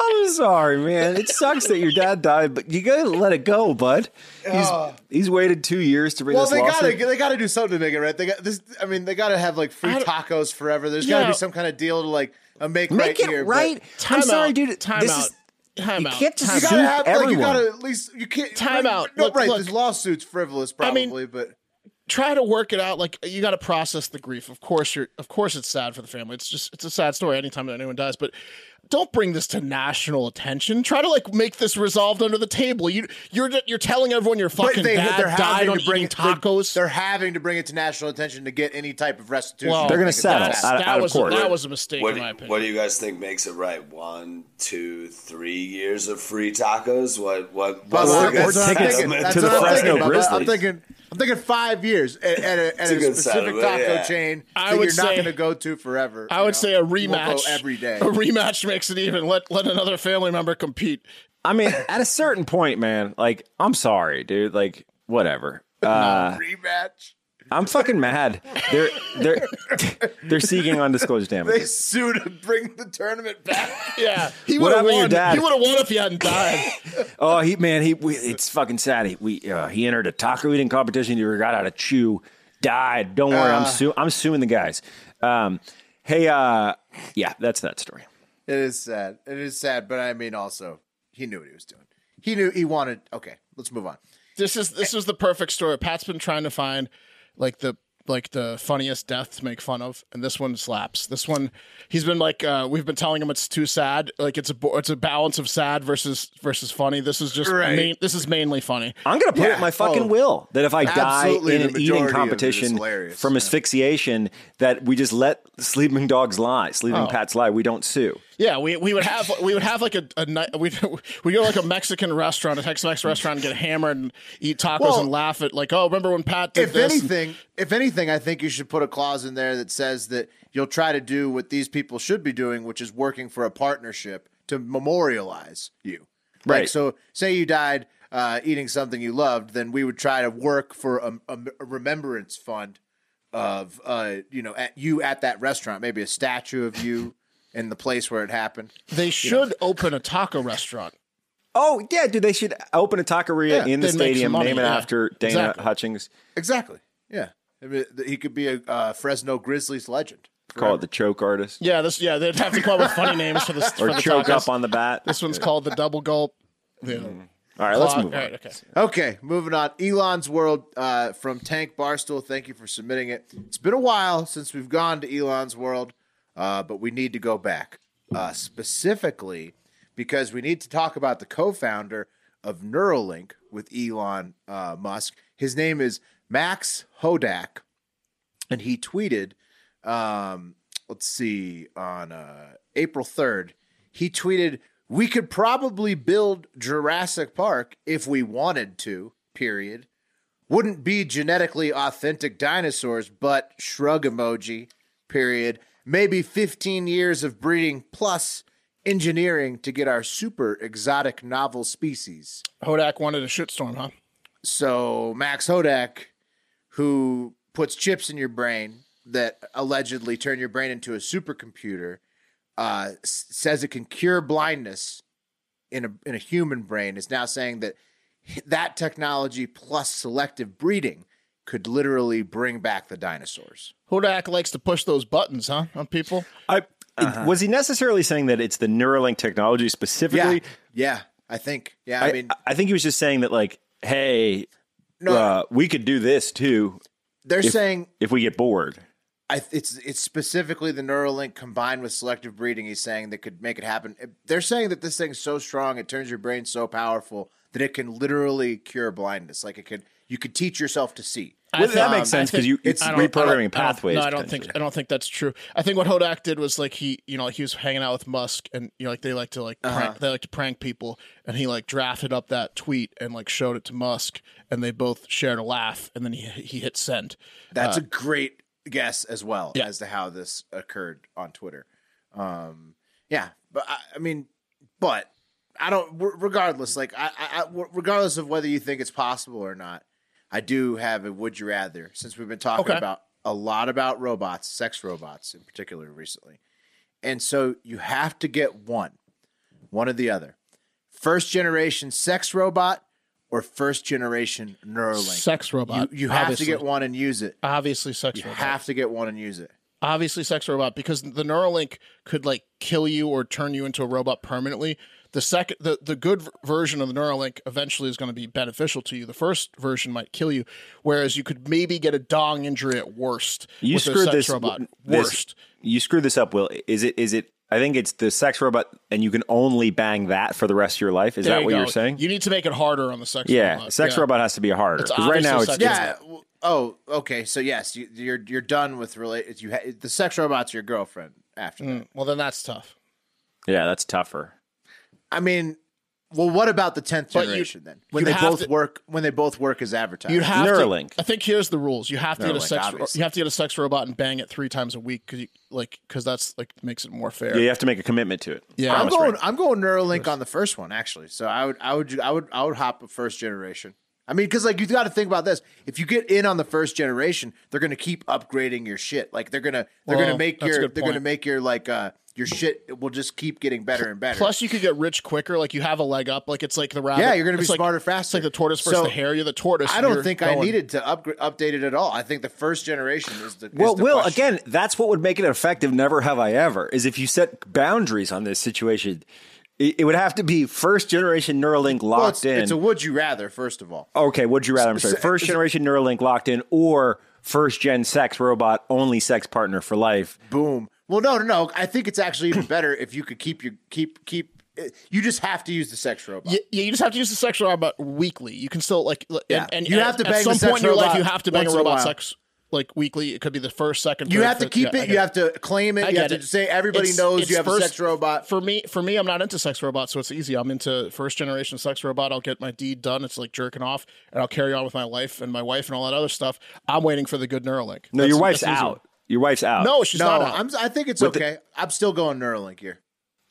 I'm sorry, man. It sucks that your dad died, but you gotta let it go, bud. He's he's waited two years to bring Oh. Well, this they lawsuit. gotta they gotta do something to make it right. They got this. I mean, they gotta have like free I don't- tacos forever. There's Yeah. gotta be some kind of deal to like a make, right Make it here. but right. Time I'm sorry, out. dude. Time this out. is Time you out. can't Time just You gotta out. Suit have like everyone. you gotta at least you can't Time no, out. No, Look, right? look. This lawsuit's frivolous, I probably, mean- but try to work it out. Like you got to process the grief. Of course, you're. Of course, it's sad for the family. It's just it's a sad story. Anytime that anyone dies, but don't bring this to national attention. Try to like make this resolved under the table. You you're you're telling everyone your But fucking dad died on eating it, they- tacos. They're having to bring it to national attention to get any type of restitution. Well, They're gonna that's- settle that's- out- that out of was court. A, that was a mistake What in do, my what do opinion. you guys think makes it right? One, two, three years of free tacos? What? What? But what's Well, the I'm- we're- good we're that's what I'm tickets settlement? thinking. That's to the what I'm Fresno thinking about that. I'm Grizzlies. thinking. I'm thinking five years at, at a, at a a, good specific settlement, taco yeah. chain I that would you're not say- going to go to forever. I you would know? say a You won't go rematch every day. A rematch makes it even. Let let another family member compete. I mean, at a certain point, man, like, I'm sorry, dude. Like, whatever. Uh, rematch. I'm fucking mad. They're they're they're seeking undisclosed They damages. sue to bring the tournament back. Yeah, he would have What happened to your won. dad? He would have won if he hadn't died. Oh, he man, he we, it's fucking sad. He we uh, he entered a taco eating competition. He forgot how to chew, died. Don't worry, I'm su- I'm suing the guys. Um, hey, uh, yeah, that's that story. It is sad. It is sad, but I mean, also, he knew what he was doing. He knew he wanted. Okay, let's move on. this is this is the perfect story. Pat's been trying to find like the like the funniest death to make fun of, and this one slaps. This one, he's been like, uh, we've been telling him it's too sad. Like it's a bo- it's a balance of sad versus versus funny. This is just Right. main, this is mainly funny. I'm gonna put it Yeah, in my fucking oh, will that if I die absolutely, in the an majority eating of it is competition hilarious, from yeah. asphyxiation, that we just let sleeping dogs lie, sleeping pats lie. We don't sue. Yeah, we, we would have we would have like a, a night we we go to like a Mexican restaurant, a Tex Mex restaurant, and get hammered and eat tacos Well, and laugh at like, oh, remember when Pat did if this? anything, if anything, I think you should put a clause in there that says that you'll try to do what these people should be doing, which is working for a partnership to memorialize you. Like, Right. so, say you died uh, eating something you loved, then we would try to work for a, a remembrance fund of uh, you know at you at that restaurant, maybe a statue of you in the place where it happened. they should open a taco restaurant. Oh yeah, dude, they should open a taqueria Yeah, in the they'd make some stadium, money, name it yeah. after Dana Exactly. Hutchings. Exactly. Yeah, I mean, th- he could be a uh, Fresno Grizzlies legend. Call it the choke artist Yeah, this yeah they'd have to come up with funny names for this for or the choke tacos. up on the bat. This one's called the double gulp. The All right, let's clock- move on. all right, okay. Okay, moving on. Elon's World uh, from Tank Barstool. Thank you for submitting it. It's been a while since we've gone to Elon's World, uh, but we need to go back uh, specifically because we need to talk about the co founder of Neuralink with Elon uh, Musk. His name is Max Hodak, and he tweeted, um, let's see, on uh, April 3rd, he tweeted, We could probably build Jurassic Park if we wanted to, period. Wouldn't be genetically authentic dinosaurs, but shrug emoji, period. Maybe 15 years of breeding plus engineering to get our super exotic novel species. Hodak wanted a shitstorm, huh? So Max Hodak, who puts chips in your brain that allegedly turn your brain into a supercomputer, uh, s- says it can cure blindness in a in a human brain. Is now saying that h- that technology plus selective breeding could literally bring back the dinosaurs. Hodak likes to push those buttons, huh? On people. I, Uh-huh. Was he necessarily saying that it's the Neuralink technology specifically? yeah, I think. Yeah, I, uh, I, mean, I think he was just saying that, like, hey, no, uh, we could do this too they're saying if we get bored. I, th- it's it's specifically the Neuralink combined with selective breeding. He's saying that could make it happen. They're saying that this thing's so strong, it turns your brain so powerful that it can literally cure blindness. Like it could, you could teach yourself to see. Well, that think- makes sense I think- 'cause you- it's I don't- I don't- reprogramming I don't- pathways, No, I don't think potentially. I don't think that's true. I think what Hodak did was like he, you know, like he was hanging out with Musk, and you know, like they like to like Uh-huh. prank, they like to prank people, and he like drafted up that tweet and like showed it to Musk, and they both shared a laugh, and then he he hit send. That's a great guess as well Uh, yeah. as to how this occurred on Twitter. Um, yeah, but I, I mean, but I don't. re- Regardless, like I, I, I- regardless of whether you think it's possible or not, I do have a would you rather. Since we've been talking Okay. about a lot about robots, sex robots in particular recently, and so you have to get one, one or the other. First generation sex robot or first generation Oh Neuralink. Sex robot. You, you have obviously. to get one and use it. Obviously, sex You robot. have to get one and use it. obviously sex robot because the Neuralink could like kill you or turn you into a robot permanently. the second the, the good v- version of the Neuralink eventually is going to be beneficial to you. The first version might kill you, whereas you could maybe get a dong injury at worst. You with a screwed sex this robot. this- Worst. you screwed this up, Will. Is it? Is it? I think it's the sex robot, and you can only bang that for the rest of your life. Is There that you what go. you're saying? You need to make it harder on the sex yeah, robot. sex Yeah. robot has to be harder It's 'Cause right obviously now sex it's robot. it's- Yeah. w- Oh, okay. So yes, you, you're you're done with relate. You ha- the sex robot's your girlfriend after that. Well, then that's tough. yeah, that's tougher. I mean, well, what about the tenth But you- generation then? When you'd they have both to- work, when they both work as advertised. You'd have Neuralink. To, I think here's the rules. You have to get a Neuralink, sex. obviously. You have to get a sex robot and bang it three times a week because like because that's like makes it more fair. Yeah, you have to make a commitment to it. Yeah. I'm Promise going. I'm going Neuralink on the first one actually. So I would, I would, I would, I would hop a first generation. I mean, because like you got to think about this. If you get in on the first generation, they're going to keep upgrading your shit. Like they're gonna, they're Well, gonna make that's a your, good they're gonna point. make your like, uh, your shit will just keep getting better and better. Plus, you could get rich quicker. Like you have a leg up. Like it's like the rabbit. Yeah, you're gonna it's be like- smarter, It's like faster. the tortoise versus So, the hare. You're the tortoise. I and don't you're think I going- needed to upgrade, update it at all. I think the first generation is the. is Well, the Will, question. again, that's what would make it effective. Never have I ever is if you set boundaries on this situation. It, it would have to be first generation Neuralink locked Well, it's, in. it's a would you rather. First of all, okay, would you rather? I'm sorry, first generation Neuralink locked in, or first gen sex robot only sex partner for life. boom. Well, no, no, no. I think it's actually even better if you could keep your keep keep. eh, You just have to use the sex robot. Y- Yeah, you just have to use the sex robot weekly. You can still like, l- Yeah. and, and You at- have to at bang the some sex point in your life, robot you have to bang a once in a robot while. sex like weekly. It could be the first, second. You third, have to fifth- keep yeah, I it. get You have to claim it. I You have get to it. say everybody It's- knows it's you have first- a sex robot. For me, for me, I'm not into sex robots, so it's easy. I'm into first generation sex robot. I'll get my deed done. It's like jerking off, and I'll carry on with my life and my wife and all that other stuff. I'm waiting for the good Neuralink. No, That's- your wife's that's easy. out. Your wife's out. No, she's e-, no, not out. I'm. I think it's With the- okay. I'm still going Neuralink here.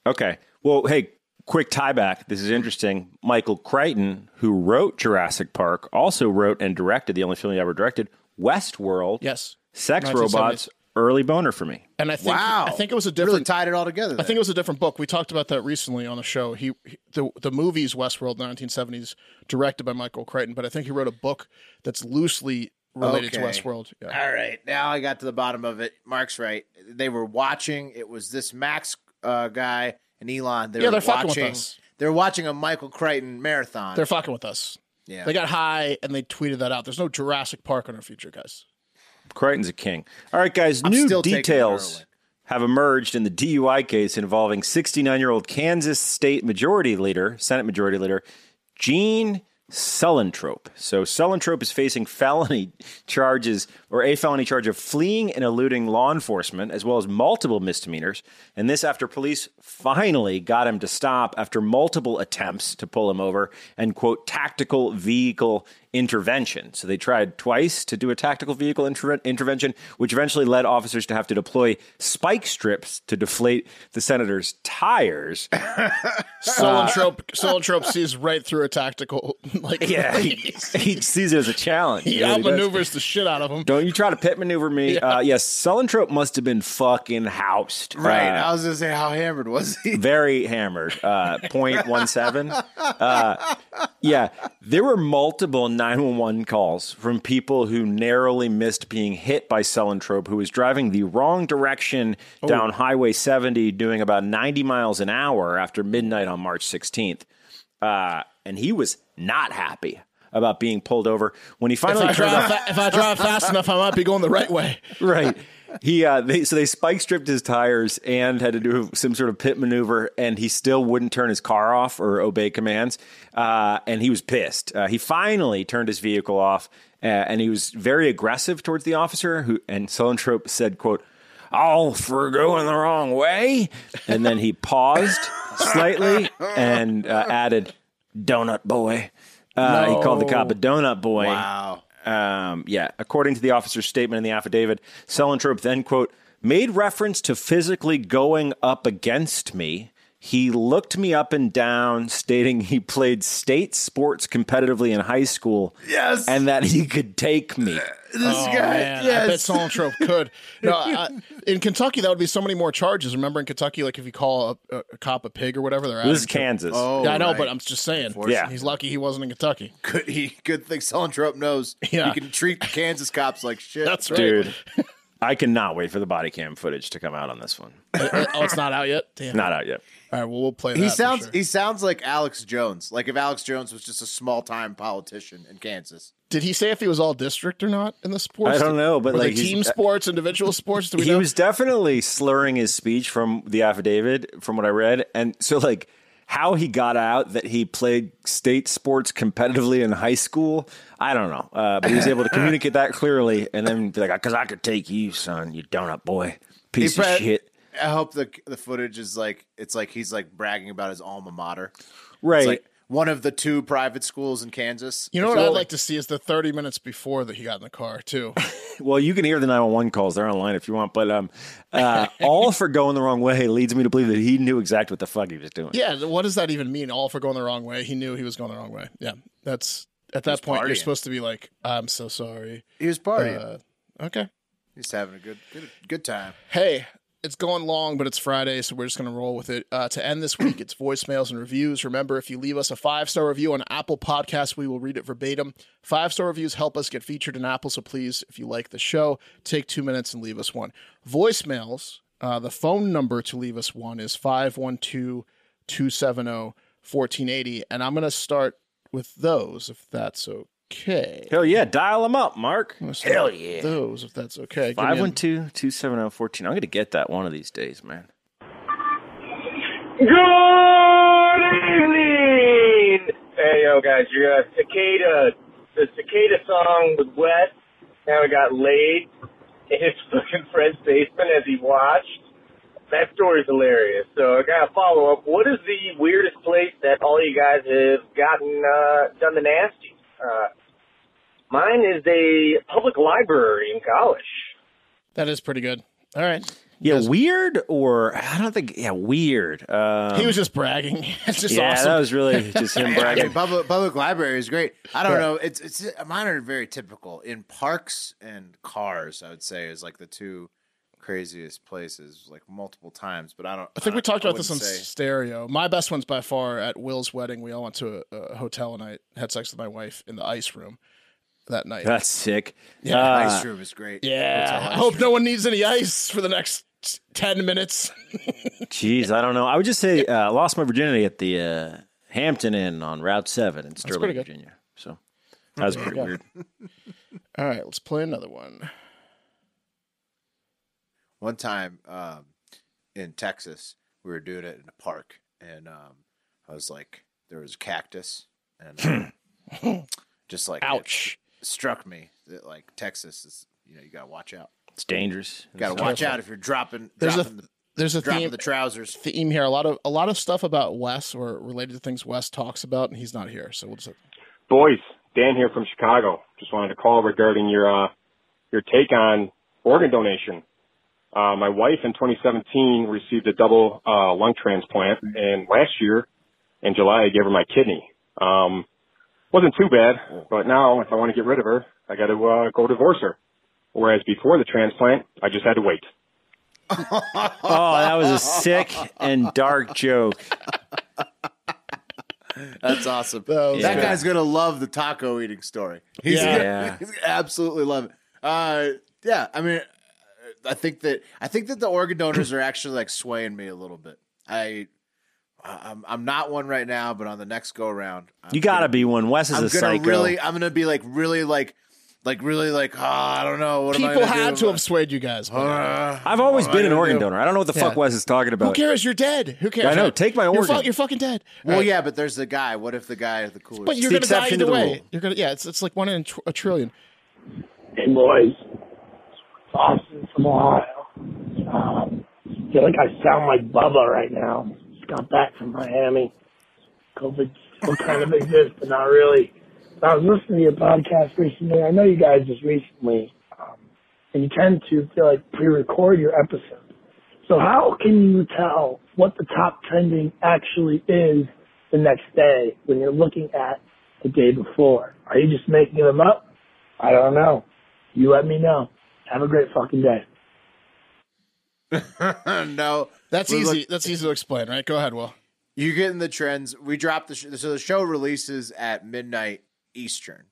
Okay. Well, hey, quick tie back. This is interesting. Michael Crichton, who wrote Jurassic Park, also wrote and directed the only film he ever directed, Westworld. yes, Sex 1970s. robots, early boner for me. and I think I think it was a different. Really tied it all together. I think it was a different book. We talked about that recently on the show. He, he- the the movies Westworld 1970s directed by Michael Crichton, but I think he wrote a book that's loosely related Okay. to Westworld. Yeah. All right, now I got to the bottom of it. Mark's right. They were watching. It was this Max uh, guy and Elon. They Yeah, were they're fucking watching. with us. They're watching a Michael Crichton marathon. They're fucking with us. Yeah. They got high and they tweeted that out. There's no Jurassic Park on our future, guys. Crichton's a king. All right, guys, new still taking details Neuralink. have emerged in the DUI case involving 69 year old Kansas State Majority Leader, Senate Majority Leader, Gene Sullentrope. So Sullentrope is facing felony charges or a felony charge of fleeing and eluding law enforcement, as well as multiple misdemeanors. And this after police finally got him to stop after multiple attempts to pull him over and quote tactical vehicle intervention. So they tried twice to do a tactical vehicle interve- intervention, which eventually led officers to have to deploy spike strips to deflate the senator's tires. Uh, Solentrope Solentrope sees right through a tactical like Yeah, he, he, he sees it as a challenge. He really does. outmaneuvers the shit out of him. Don't you try to pit maneuver me. Uh, yes, Sullentrope must have been fucking housed. right. Uh, I was gonna say, how hammered was he? very hammered. Uh, 0.17. Uh, yeah, there were multiple 911 calls from people who narrowly missed being hit by Sullentrope, who was driving the wrong direction Oh. down Highway 70, doing about 90 miles an hour after midnight on March 16th. Uh, and he was not happy about being pulled over when he If finally I, turned off drive fa- if I drive fast enough, I might be going the right way. right. He uh, they, so they spike stripped his tires and had to do some sort of pit maneuver, and he still wouldn't turn his car off or obey commands, uh, and he was pissed. Uh, he finally turned his vehicle off, uh, and he was very aggressive towards the officer. Who and Solentrope said, "quote All for going the wrong way," and then he paused slightly and uh, added, "Donut boy." Uh, He called the cop a donut boy. Wow. Um, yeah, according to the officer's statement in the affidavit, Sellentrope then quote made reference to physically going up against me. He looked me up and down, stating he played state sports competitively in high school. Yes. and that he could take me. This Oh, guy. man, I bet yes. Solentrope could. No, I, in Kentucky, that would be so many more charges. Remember in Kentucky, like if you call a, a, a cop a pig or whatever, they're This is adding- Kansas. Oh, Yeah, I know, right. but I'm just saying. Yeah. he's lucky he wasn't in Kentucky. good. He good thing Solentrope knows. Yeah. He can treat the Kansas cops like shit. That's right. dude. I cannot wait for the body cam footage to come out on this one. oh, it's not out yet. Damn. Not out yet. All right. Well, we'll play. He that Uh, for sounds sure. he sounds like Alex Jones. Like if Alex Jones was just a small time politician in Kansas. Did he say if he was all district or not in the sports? I don't know, but, Were they like, he's- team sports, individual sports. Do we he know? was definitely slurring his speech from the affidavit from what i read and so like how he got out that he played state sports competitively in high school i don't know uh, but he was able to communicate that clearly and then be like because i could take you son you donut boy piece He of pre- shit I hope the the footage is like it's like he's like bragging about his alma mater. right It's like one of the two private schools in Kansas. you know what I'd like to see is the 30 minutes before that he got in the car too. well you can hear the 911 calls they're online if you want but um uh, all for going the wrong way leads me to believe that he knew exactly what the fuck he was doing yeah. th- What does that even mean? All for going the wrong way. He knew he was going the wrong way. Yeah. That's at that point you're partying. supposed to be like, I'm so sorry. He was partying. Uh, okay. He's having a good good good time. Hey, it's going long, but it's Friday, so we're just going to roll with it. Uh, to end this week, it's voicemails and reviews. Remember, if you leave us a five star review on Apple Podcasts, we will read it verbatim. Five star reviews help us get featured in Apple, so please, if you like the show, take two minutes and leave us one. Voicemails, uh, the phone number to leave us one is 512 270 1480. oh, And I'm going to start with those, if that's okay. hell yeah dial him up mark hell yeah Those, if that's okay. Give me a- 512 270 14. oh, I'm going to get that one of these days, man. Good evening! Hey, yo, guys, you got Cicada. The Cicada song was wet. Now we got laid in his fucking friend's basement as he watched. That story's hilarious. So I got a follow up. What is the weirdest place that all you guys have gotten, uh, done the nasty? Uh, mine is a public library in Gaulish. That is pretty good. All right. Yeah, weird or I don't think. Yeah, weird. Um, He was just bragging. It's just yeah, awesome. that was really just him Actually, bragging. public, public library is great. I don't know. It's it's uh, mine are very typical in parks and cars. I would say is like the two craziest places, like multiple times. But I don't. I think we talked about this on wouldn't say- stereo. My best one's by far at Will's wedding. We all went to a, a hotel and I had sex with my wife in the ice room that night. That's sick. Yeah, Uh, Ice room is great. Hotel yeah. ice I hope room. no one needs any ice for the next 10 minutes. Jeez, I don't know. I would just say uh, I lost my virginity at the uh, Hampton Inn on Route 7 in pretty Sterling, good. Virginia. So that was pretty weird. all right, let's play another one. One time um, in Texas, we were doing it in a park, and um, I was like, there was a cactus, and um, just like it Ouch. struck me that like Texas is you know you gotta watch out. It's dangerous. You gotta watch out if you're dropping There's a dropping the there's a dropping theme the trousers. theme here. A lot of a lot of stuff about Wes or related to things Wes talks about and he's not here. So we'll just Boys, Dan here from Chicago. Just wanted to call regarding your uh, your take on organ donation. Uh, my wife in 2017 received a double uh, lung transplant, and last year in July I gave her my kidney. Um, wasn't too bad, but now if I want to get rid of her, I got to uh, go divorce her. Whereas before the transplant, I just had to wait. Oh, that was a sick and dark joke. That's awesome. That that was good. guy's gonna love the taco eating story. He's Yeah. Yeah. gonna, he's gonna absolutely love it. Uh, yeah, I mean, uh, I think that I think that the organ donors are actually like swaying me a little bit. I, I'm I'm not one right now, but on the next go around, You got to be one. Wes is I'm a gonna psycho. really, I'm gonna be like really like, like really like, oh, I don't know. What am I People gonna had do? to have swayed you guys. Uh, I've Oh, always what am I been an gonna organ do? donor. I don't know what the fuck Yeah. Wes is talking about. Who cares? You're dead. Who cares? I know, take my You're, organ. you're fucking dead. Well, yeah, but there's the guy. What if the guy at the cooler? But you're the going to die exception either to the way. rule. You're going to yeah. It's it's like one in tr- a trillion. Hey boys, it's Austin from Ohio. Um, I feel like I sound like Bubba right now. Just got back from Miami. COVID still kind of exists, but not really. I was listening to your podcast recently. I know you guys just recently, um, and you tend to feel like pre-record your episodes. So how can you tell what the top trending actually is the next day when you're looking at the day before? Are you just making them up? I don't know. You let me know. Have a great fucking day. no, That's Well, easy. look- That's easy to explain, right? Go ahead, Will. You're getting the trends. We drop the sh- so the show releases at midnight Eastern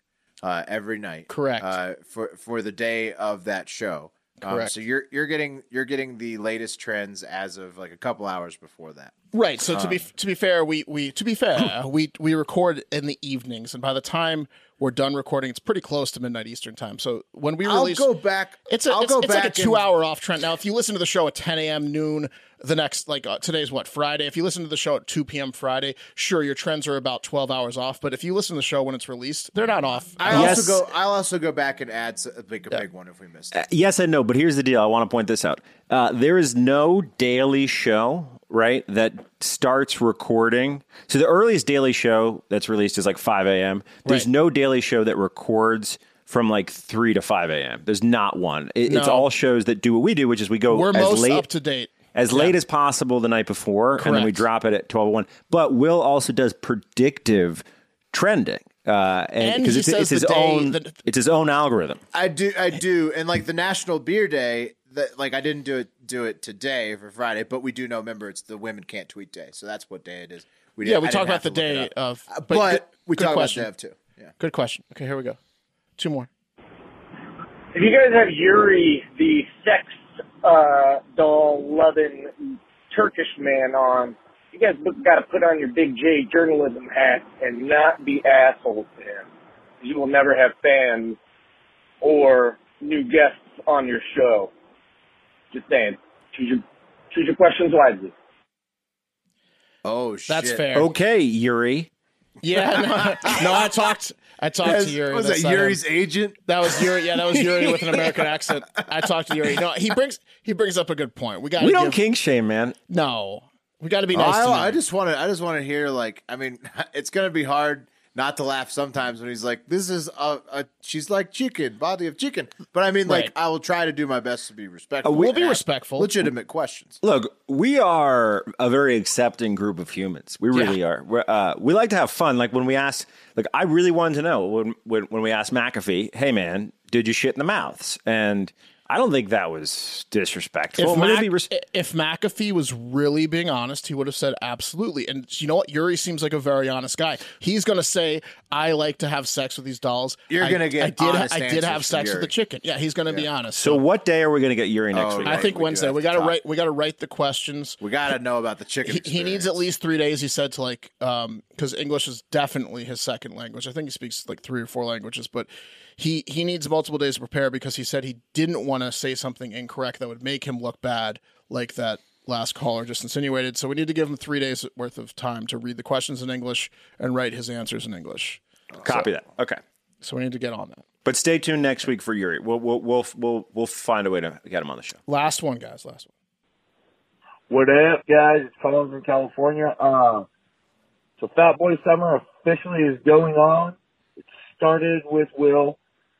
uh, every night. Correct. uh, for for the day of that show. Um, Correct. so you're you're getting you're getting the latest trends as of like a couple hours before that. Right. So to be to be fair, we we to be fair, we we record in the evenings, and by the time we're done recording, it's pretty close to midnight Eastern time. So when we I'll release, go back- It's a, I'll it's, go it's like back a and- two hour off trend. Now, if you listen to the show at 10 a.m. noon, the next like uh, today's what Friday. If you listen to the show at 2 p.m. Friday, sure your trends are about 12 hours off. But if you listen to the show when it's released, they're not off. I Yes. also go. I'll also go back and add s- like a big one if we missed. It. Yes and no, but here's the deal. I want to point this out. Uh, there is no daily show, right, that starts recording. So the earliest daily show that's released is like 5 a.m. There's Right. no daily show that records from like 3 to 5 a.m. There's not one. It, It's No. all shows that do what we do, which is we go We're as most late up to date. as late as possible the night before, and then we Correct. drop it at twelve oh one. But Will also does predictive trending, uh, and And because he it's, it's says his the day own, that- it's his own algorithm. I do. I do. And like the National Beer Day, that like I didn't do it do it today for Friday, but we do know. Remember, it's the Women Can't Tweet Day, so that's what day it is. We Yeah, didn't- we I talk didn't have about the to look day it up. of, Uh, but but good- we good talk question. about Dev too. Yeah. Good question. Okay, here we go. Two more. If you guys have Yuri, the sex uh, doll loving Turkish man on, you guys got to put on your big J journalism hat and not be assholes to him. You will never have fans or new guests on your show. Just saying, choose your choose your questions wisely. Oh shit. That's fair. Okay, Yuri. Yeah, no, no, I talked. I talked to Yuri. was That's that not him. Yuri's agent? That was Yuri. Yeah, that was Yuri with an American accent. I talked to Yuri. No, he brings he brings up a good point. We got We don't king shame, man. no. We got to be nice. to I, him. I just want to. I just want to hear. Like, I mean, it's gonna be hard not to laugh sometimes when he's like, "This is a, a she's like chicken, body of chicken." But I mean, like, Right. Uh, I will try to do my best to be respectful. We'll and be ask respectful. Legitimate questions. Look, we are a very accepting group of humans. We really are. We're, uh, we like to have fun. Like when we asked, like I really wanted to know when, when when we asked McAfee, "Hey man, did you shit in the mouths?" And I don't think that was if, disrespectful. I'm gonna Mac, be res- if McAfee was really being honest, he would have said absolutely. And you know what? Yuri seems like a very honest guy. He's going to say, "I like to have sex with these dolls." You're I- gonna get I did. honest I did answers have from sex with Yuri. the chicken. Yeah, he's going to be honest. so what day are we going to get Yuri next Oh, week? I think we do Wednesday have we to got to talk. write. We got to write the questions. We gotta know about the chicken. he, he needs experience. at least three days he said to like um because english is definitely his second language i think he speaks like three or four languages but he he needs multiple days to prepare because he said he didn't want to say something incorrect that would make him look bad like that last caller just insinuated so we need to give him three days worth of time to read the questions in english and write his answers in english Copy that. Okay. so we need to get on that But stay tuned next week for Yuri. We'll we'll we'll we'll, we'll find a way to get him on the show. last one guys last one What up, guys? It's Colin from California. Uh, so Fat Boy Summer officially is going on. It started with Will.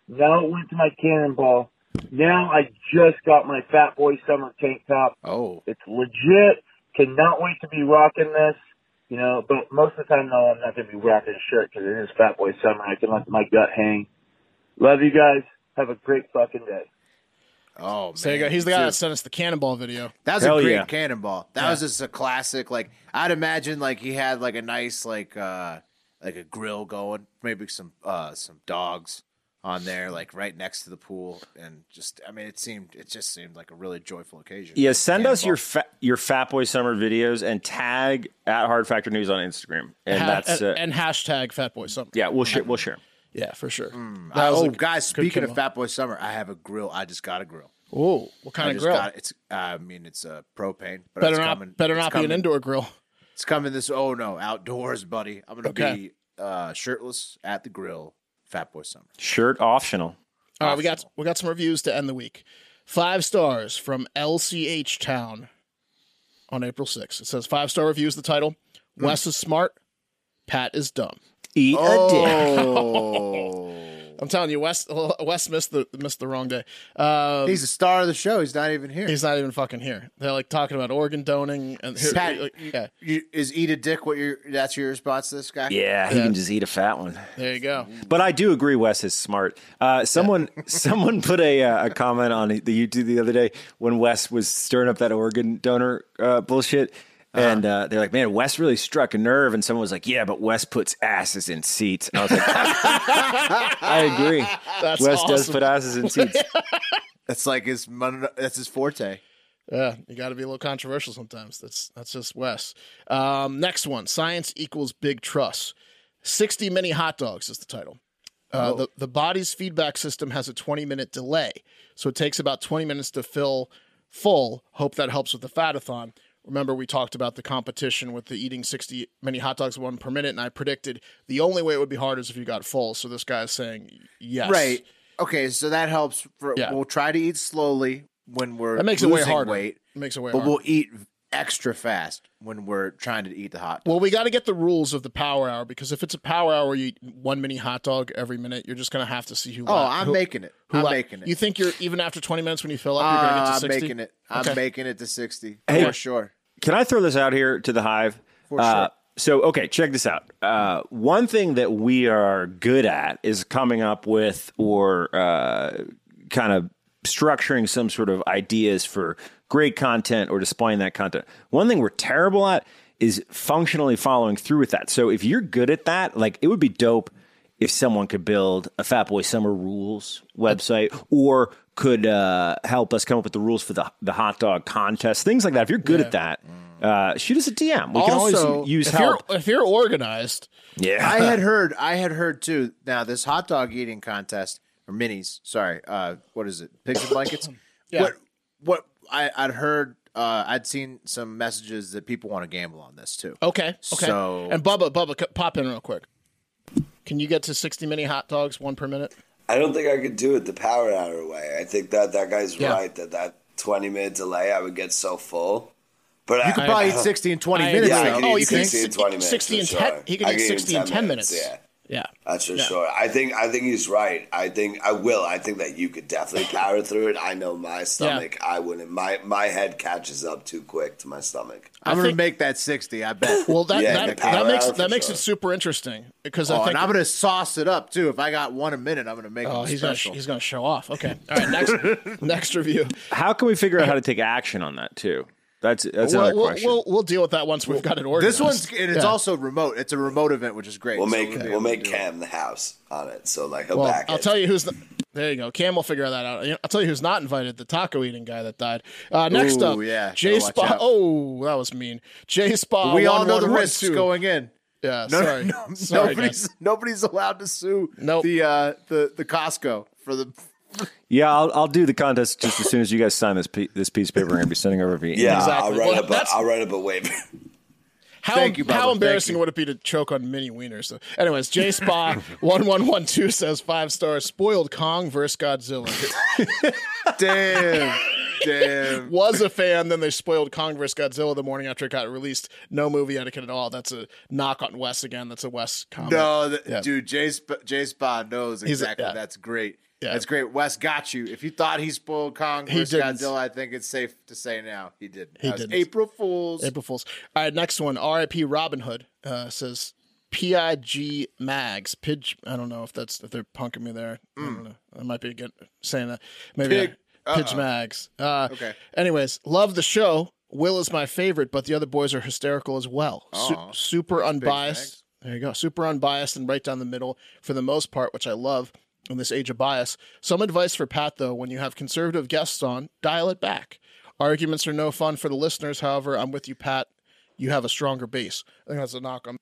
Now it went to my cannonball. Now I just got my Fat Boy Summer tank top. Oh, It's legit. Cannot wait to be rocking this. You know, but most of the time, no, I'm not going to be rocking a shirt because it is Fat Boy Summer. I can let my gut hang. Love you guys. Have a great fucking day. oh, man. so there you go he's the guy Dude, that sent us the cannonball video That was a Hell great yeah. cannonball. That was just a classic. Like I'd imagine, like he had like a nice like uh like a grill going, maybe some uh some dogs on there, like right next to the pool, and just I mean, it seemed it just seemed like a really joyful occasion. Yeah, send us your Cannonball. fa- your Fat Boy Summer videos and tag at Hard Factor News on Instagram, and Ha- that's and, uh, and hashtag fat boy something yeah, we'll share we'll share. 'em. yeah for sure Uh, That was oh, a guys! good Speaking of cannonball. Fat Boy Summer, I have a grill. I just got a grill. Ooh, what I kind of just grill? got it's. uh, I mean, it's a propane. But better it's not, coming, better it's not be coming- an indoor grill. It's coming this. Oh no, outdoors, buddy. I'm gonna Okay. be uh shirtless at the grill. Fat Boy Summer. Shirt optional. All right, we got we got some reviews to end the week. Five stars from LCH Town on April 6th. It says five star reviews. The title: Hmm. Wes is smart, Pat is dumb. Eat Oh. a dick. I'm telling you, Wes Wes missed the missed the wrong day. Um, He's the star of the show. He's not even here. he's not even fucking here. They're like talking about organ donating and Pat, like, you- yeah, you- is eat a dick what your that's your response to this guy? Yeah, he can just eat a fat one. there you go. But I do agree, Wes is smart. Uh, someone someone put a uh, a comment on the YouTube the other day when Wes was stirring up that organ donor uh, bullshit. Uh-huh. And uh, they're like, man, Wes really struck a nerve. And someone was like, yeah, but Wes puts asses in seats. And I was like, I agree. That's Wes does awesome. put asses in seats. That's like his mon- that's his forte. Yeah, you got to be a little controversial sometimes. That's that's just Wes. Um, next one: science equals big trust. Sixty mini hot dogs is the title. Oh. Uh, the the body's feedback system has a twenty minute delay, so it takes about twenty minutes to fill full. Hope that helps with the fatathon. Remember, we talked about the competition with the eating sixty mini hot dogs one per minute, and I predicted the only way it would be hard is if you got full. So this guy is saying yes, Right. Okay, so that helps. For, Yeah. We'll try to eat slowly when we're That makes it way losing harder. weight, It makes it way but harder. we'll eat extra fast when we're trying to eat the hot. Well, we got to get the rules of the power hour because if it's a power hour, you eat one mini hot dog every minute. You're just gonna have to see who. Oh, la- I'm uh, who- making it. who I'm la- making it. You think you're even after 20 minutes when you fill up, you're gonna Ah, get to I'm 60? making it. I'm Okay. making it to sixty Hey. for sure. Can I throw this out here to the hive? For sure. so, okay, check this out. Uh, one thing that we are good at is coming up with or uh, kind of structuring some sort of ideas for great content or displaying that content. One thing we're terrible at is functionally following through with that. So, if you're good at that, like it would be dope if someone could build a Fat Boy Summer Rules website or could uh, help us come up with the rules for the, the hot dog contest, things like that. If you're good at that, uh, shoot us a DM. We can Also, always use If you're, help. if you're organized, Yeah. I had heard. I had heard too. Now this hot dog eating contest or minis. Sorry. Uh, what is it? Pigs and blankets. Yeah. What? What? I, I'd heard. Uh, I'd seen some messages that people want to gamble on this too. okay, okay. So- and Bubba, Bubba, c- pop in real quick. Can you get to 60 mini hot dogs one per minute? I don't think I could do it the power hour way. I think that that guy's Yeah. right that that 20 minute delay, I would get so full. But I, could probably eat 60 and 20 minutes. yeah, I though. could oh, eat you can eat 60 in 60 20 minutes, 60 and for 10. sure. He can I eat could eat 60 in 10 10 minutes. minutes, yeah. Yeah. That's for Yeah. sure. I think I think he's right. I think I will. I think that you could definitely power through it. I know my stomach. I wouldn't. My my head catches up too quick to my stomach. I'm gonna think- make that 60. I bet. Well, that, Yeah, that, the power that makes hour for that makes sure. it super interesting because I oh, think and I'm gonna sauce it up too. If I got one a minute, I'm gonna make oh, it he's gonna sh- special. he's gonna show off. Okay, all right. Next next review. how can we figure out how to take action on that too? That's that's We'll, another we'll, question. we'll, we'll deal with that once we've got it organized. this one's and it's Yeah. also remote. It's a remote event, which is great. We'll So make we'll be we'll, able to make do it. Cam the house on it. So like he'll Well, back I'll it. tell you who's. The, there you go. Cam will figure that out. You know, I'll tell you who's not invited: the taco eating guy that died. Uh, next Ooh, up, yeah, J gotta watch Spa. out. Oh, that was mean. J Spa. We all one, know one, the one, risks two. going in. Yeah. No, sorry. no, no, sorry nobody's guys. nobody's allowed to sue Nope. the uh, the the Costco for the. yeah, I'll, I'll do the contest just as soon as you guys sign this pe- this piece of paper. I'm gonna be sending over via. yeah, email. Exactly. I'll write Well, up. that's- A, I'll write up a waiver. How, Thank you, Bubba. how Thank embarrassing you. would it be to choke on mini wieners? So, anyways, J Spa one one one two says five stars. Spoiled Kong versus Godzilla. Damn, damn. was a fan, then they spoiled Kong vs. Godzilla the morning after it got released. No movie etiquette at all. That's a knock on Wes again. That's a Wes comment. No, the, Yeah. dude, Jay Sp- Jay Spa knows He's a- exactly. yeah. That's great. Yeah. That's great. Wes got you. If you thought he spoiled Kong He versus didn't. Godzilla, I think it's safe to say now he didn't. He That was didn't. April Fools. April Fools. All right, next one. R.I.P. Robin Hood uh, says P.I.G. Mags. Pidge. I don't know if that's if they're punking me there. I don't know. I might be good saying that. Maybe Hmm. Pig- I, Pidge Mags. Uh, Okay. Anyways, love the show. Will is my favorite, but the other boys are hysterical as well. Su- Aw. super unbiased. There you go. Super unbiased and right down the middle for the most part, which I love in this age of bias. Some advice for Pat, though, when you have conservative guests on, dial it back. Arguments are no fun for the listeners. However, I'm with you, Pat. You have a stronger base. I think that's a knock on.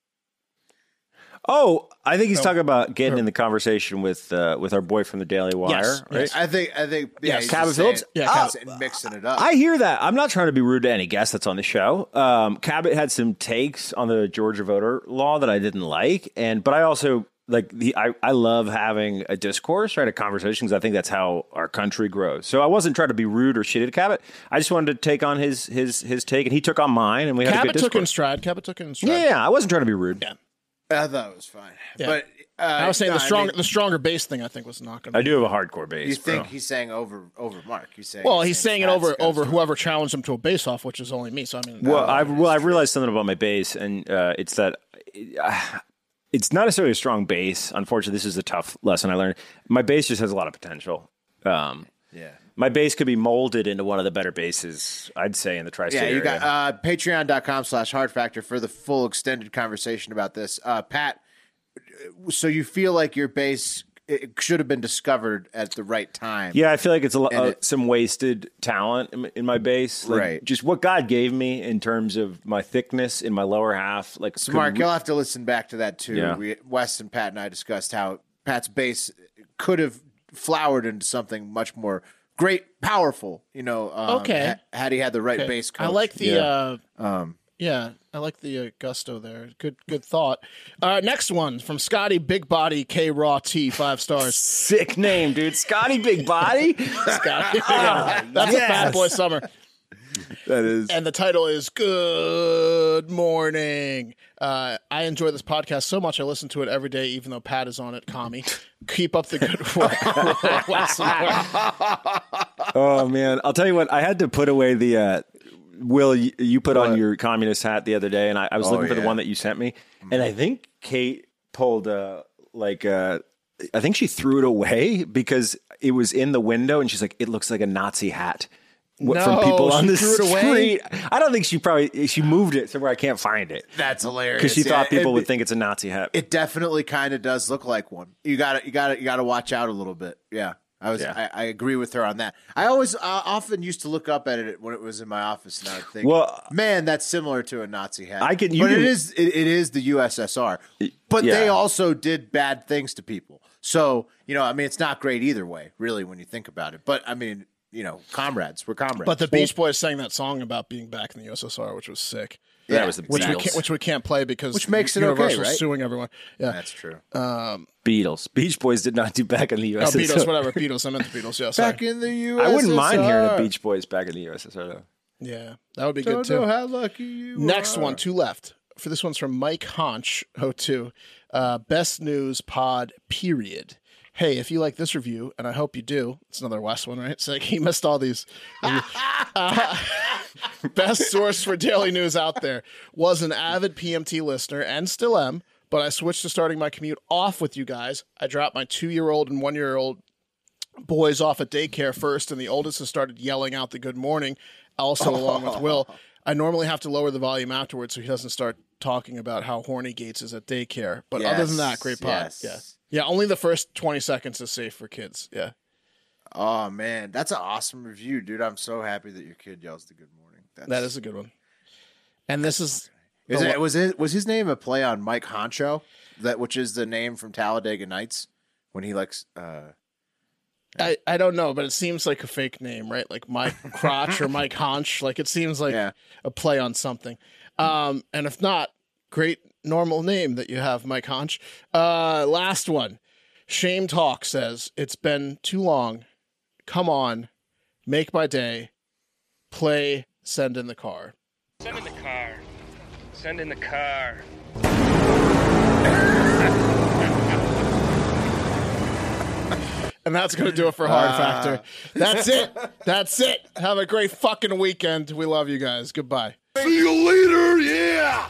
Oh, I think he's talking about Oh. getting in the conversation with uh, with our boy from the Daily Wire. Yes, right? yes. I think. I think. Yeah, Yes. he's Cabot just saying- Phillips? Yeah, he's mixing it up. I hear that. I'm not trying to be rude to any guest that's on the show. Um, Cabot had some takes on the Georgia voter law that I didn't like, and but I also like the I, I love having a discourse, right? A conversation 'cause I think that's how our country grows. So I wasn't trying to be rude or shitty to Cabot. I just wanted to take on his his his take, and he took on mine, and we had a Cabot good took it in discourse. stride. Cabot took it in stride. Yeah, yeah, I wasn't trying to be rude. I thought it was fine, Yeah. but uh, I was saying no, the strong, mean, the stronger base thing. I think was not going. I do have a hardcore base. you think bro. he's saying over over Mark? You saying? Well, he's saying it Pat's over got over strong- whoever challenged him to a base off, which is only me. So I mean, Well, I well, I realized something about my bass, and uh, it's that uh, it's not necessarily a strong bass. Unfortunately, this is a tough lesson I learned. My bass just has a lot of potential. Um, Yeah. my bass could be molded into one of the better basses, I'd say, in the tri-state Yeah, you got area. uh, patreon.com slash hard factor for the full extended conversation about this. Uh, Pat, so you feel like your base it it should have been discovered at the right time. Yeah, I feel like it's a, lo- And uh, it- some wasted talent in, in my base. Like, Right. Just what God gave me in terms of my thickness in my lower half. Like could Mark, re- you'll have to listen back to that too. Yeah. We, Wes and Pat and I discussed how Pat's bass could have flowered into something much more great, powerful. You know, um, Okay. ha- had he had the right bass coach. I like the Yeah. uh yeah, I like the uh, gusto there. Good good thought. Uh next one from Scotty Big Body K Raw T 5 stars. sick name, dude. Scotty Big Body. Scotty. That's a bad boy summer. that is. and the title is Good Morning. Uh, I enjoy this podcast so much. I listen to it every day, even though Pat is on it. Commie, keep up the good work. Wes and Mark. Oh man, I'll tell you what. I had to put away the. Uh, Will you, you put on your communist hat the other day, and I, I was Oh, looking for the yeah. one that you sent me, and I think Kate pulled uh like uh I think she threw it away because it was in the window, and she's like, "It looks like a Nazi hat." What, No, from people on she the threw it away? street. I don't think she probably she moved it somewhere I can't find it that's hilarious because she Yeah, thought people it- would think it's a Nazi hat. it definitely kind of does look like one. You got to you got to you got to watch out a little bit. Yeah. I was Yeah. I, I agree with her on that. I always I often used to look up at it when it was in my office and I would think, Well, man, that's similar to a Nazi hat. I can- you But it can- is it, it is the USSR. But yeah. they also did bad things to people. So, you know, I mean it's not great either way, really when you think about it. But I mean, you know, comrades, we're comrades. But the Beach Boys sang that song about being back in the USSR, which was sick. that was the Which we Beatles. can't, which we can't play because Which makes it okay, Universal's right? suing everyone. Yeah, that's true. Beatles. Beach Boys did not do back in the Oh, U.S. Beatles, whatever. Beatles, I meant the Beatles. Yeah, sorry. Back in the USSR. I wouldn't mind hearing a Beach Boys back in the USSR. Though. yeah, that would be good Don't too. know how lucky you Next are. one, two left. For this one's from Mike Honch, 02. Uh, best news pod, period. Hey, if you like this review, and I hope you do, it's another West one, right? It's like he missed all these. Uh, best source for daily news out there. Was an avid PMT listener and still am, but I switched to starting my commute off with you guys. I dropped my two year old and one year old boys off at daycare first, and the oldest has started yelling out the good morning, also along with Will. I normally have to lower the volume afterwards so he doesn't start talking about how horny Gates is at daycare. But other than that, Yes, great pod. yes. Yeah. Yeah, only the first 20 seconds is safe for kids. Yeah. Oh man, that's an awesome review, dude. I'm so happy that your kid yells the good morning. That's, That is a good one. And this is Is the it, one- was it was his name a play on Mike Honcho? That which is the name from Talladega Nights when he likes uh I, I don't know, but it seems like a fake name, right? Like Mike Crotch or Mike Honch. Like it seems like Yeah. a play on something. Um, and if not, great normal name that you have, Mike Honch. Uh, last one. Shame Talk says, It's been too long. Come on, make my day. Play, send in the car. Send in the car. Send in the car. And that's going to do it for Hard Factor. That's it. That's it. Have a great fucking weekend. We love you guys. Goodbye. See you later, yeah!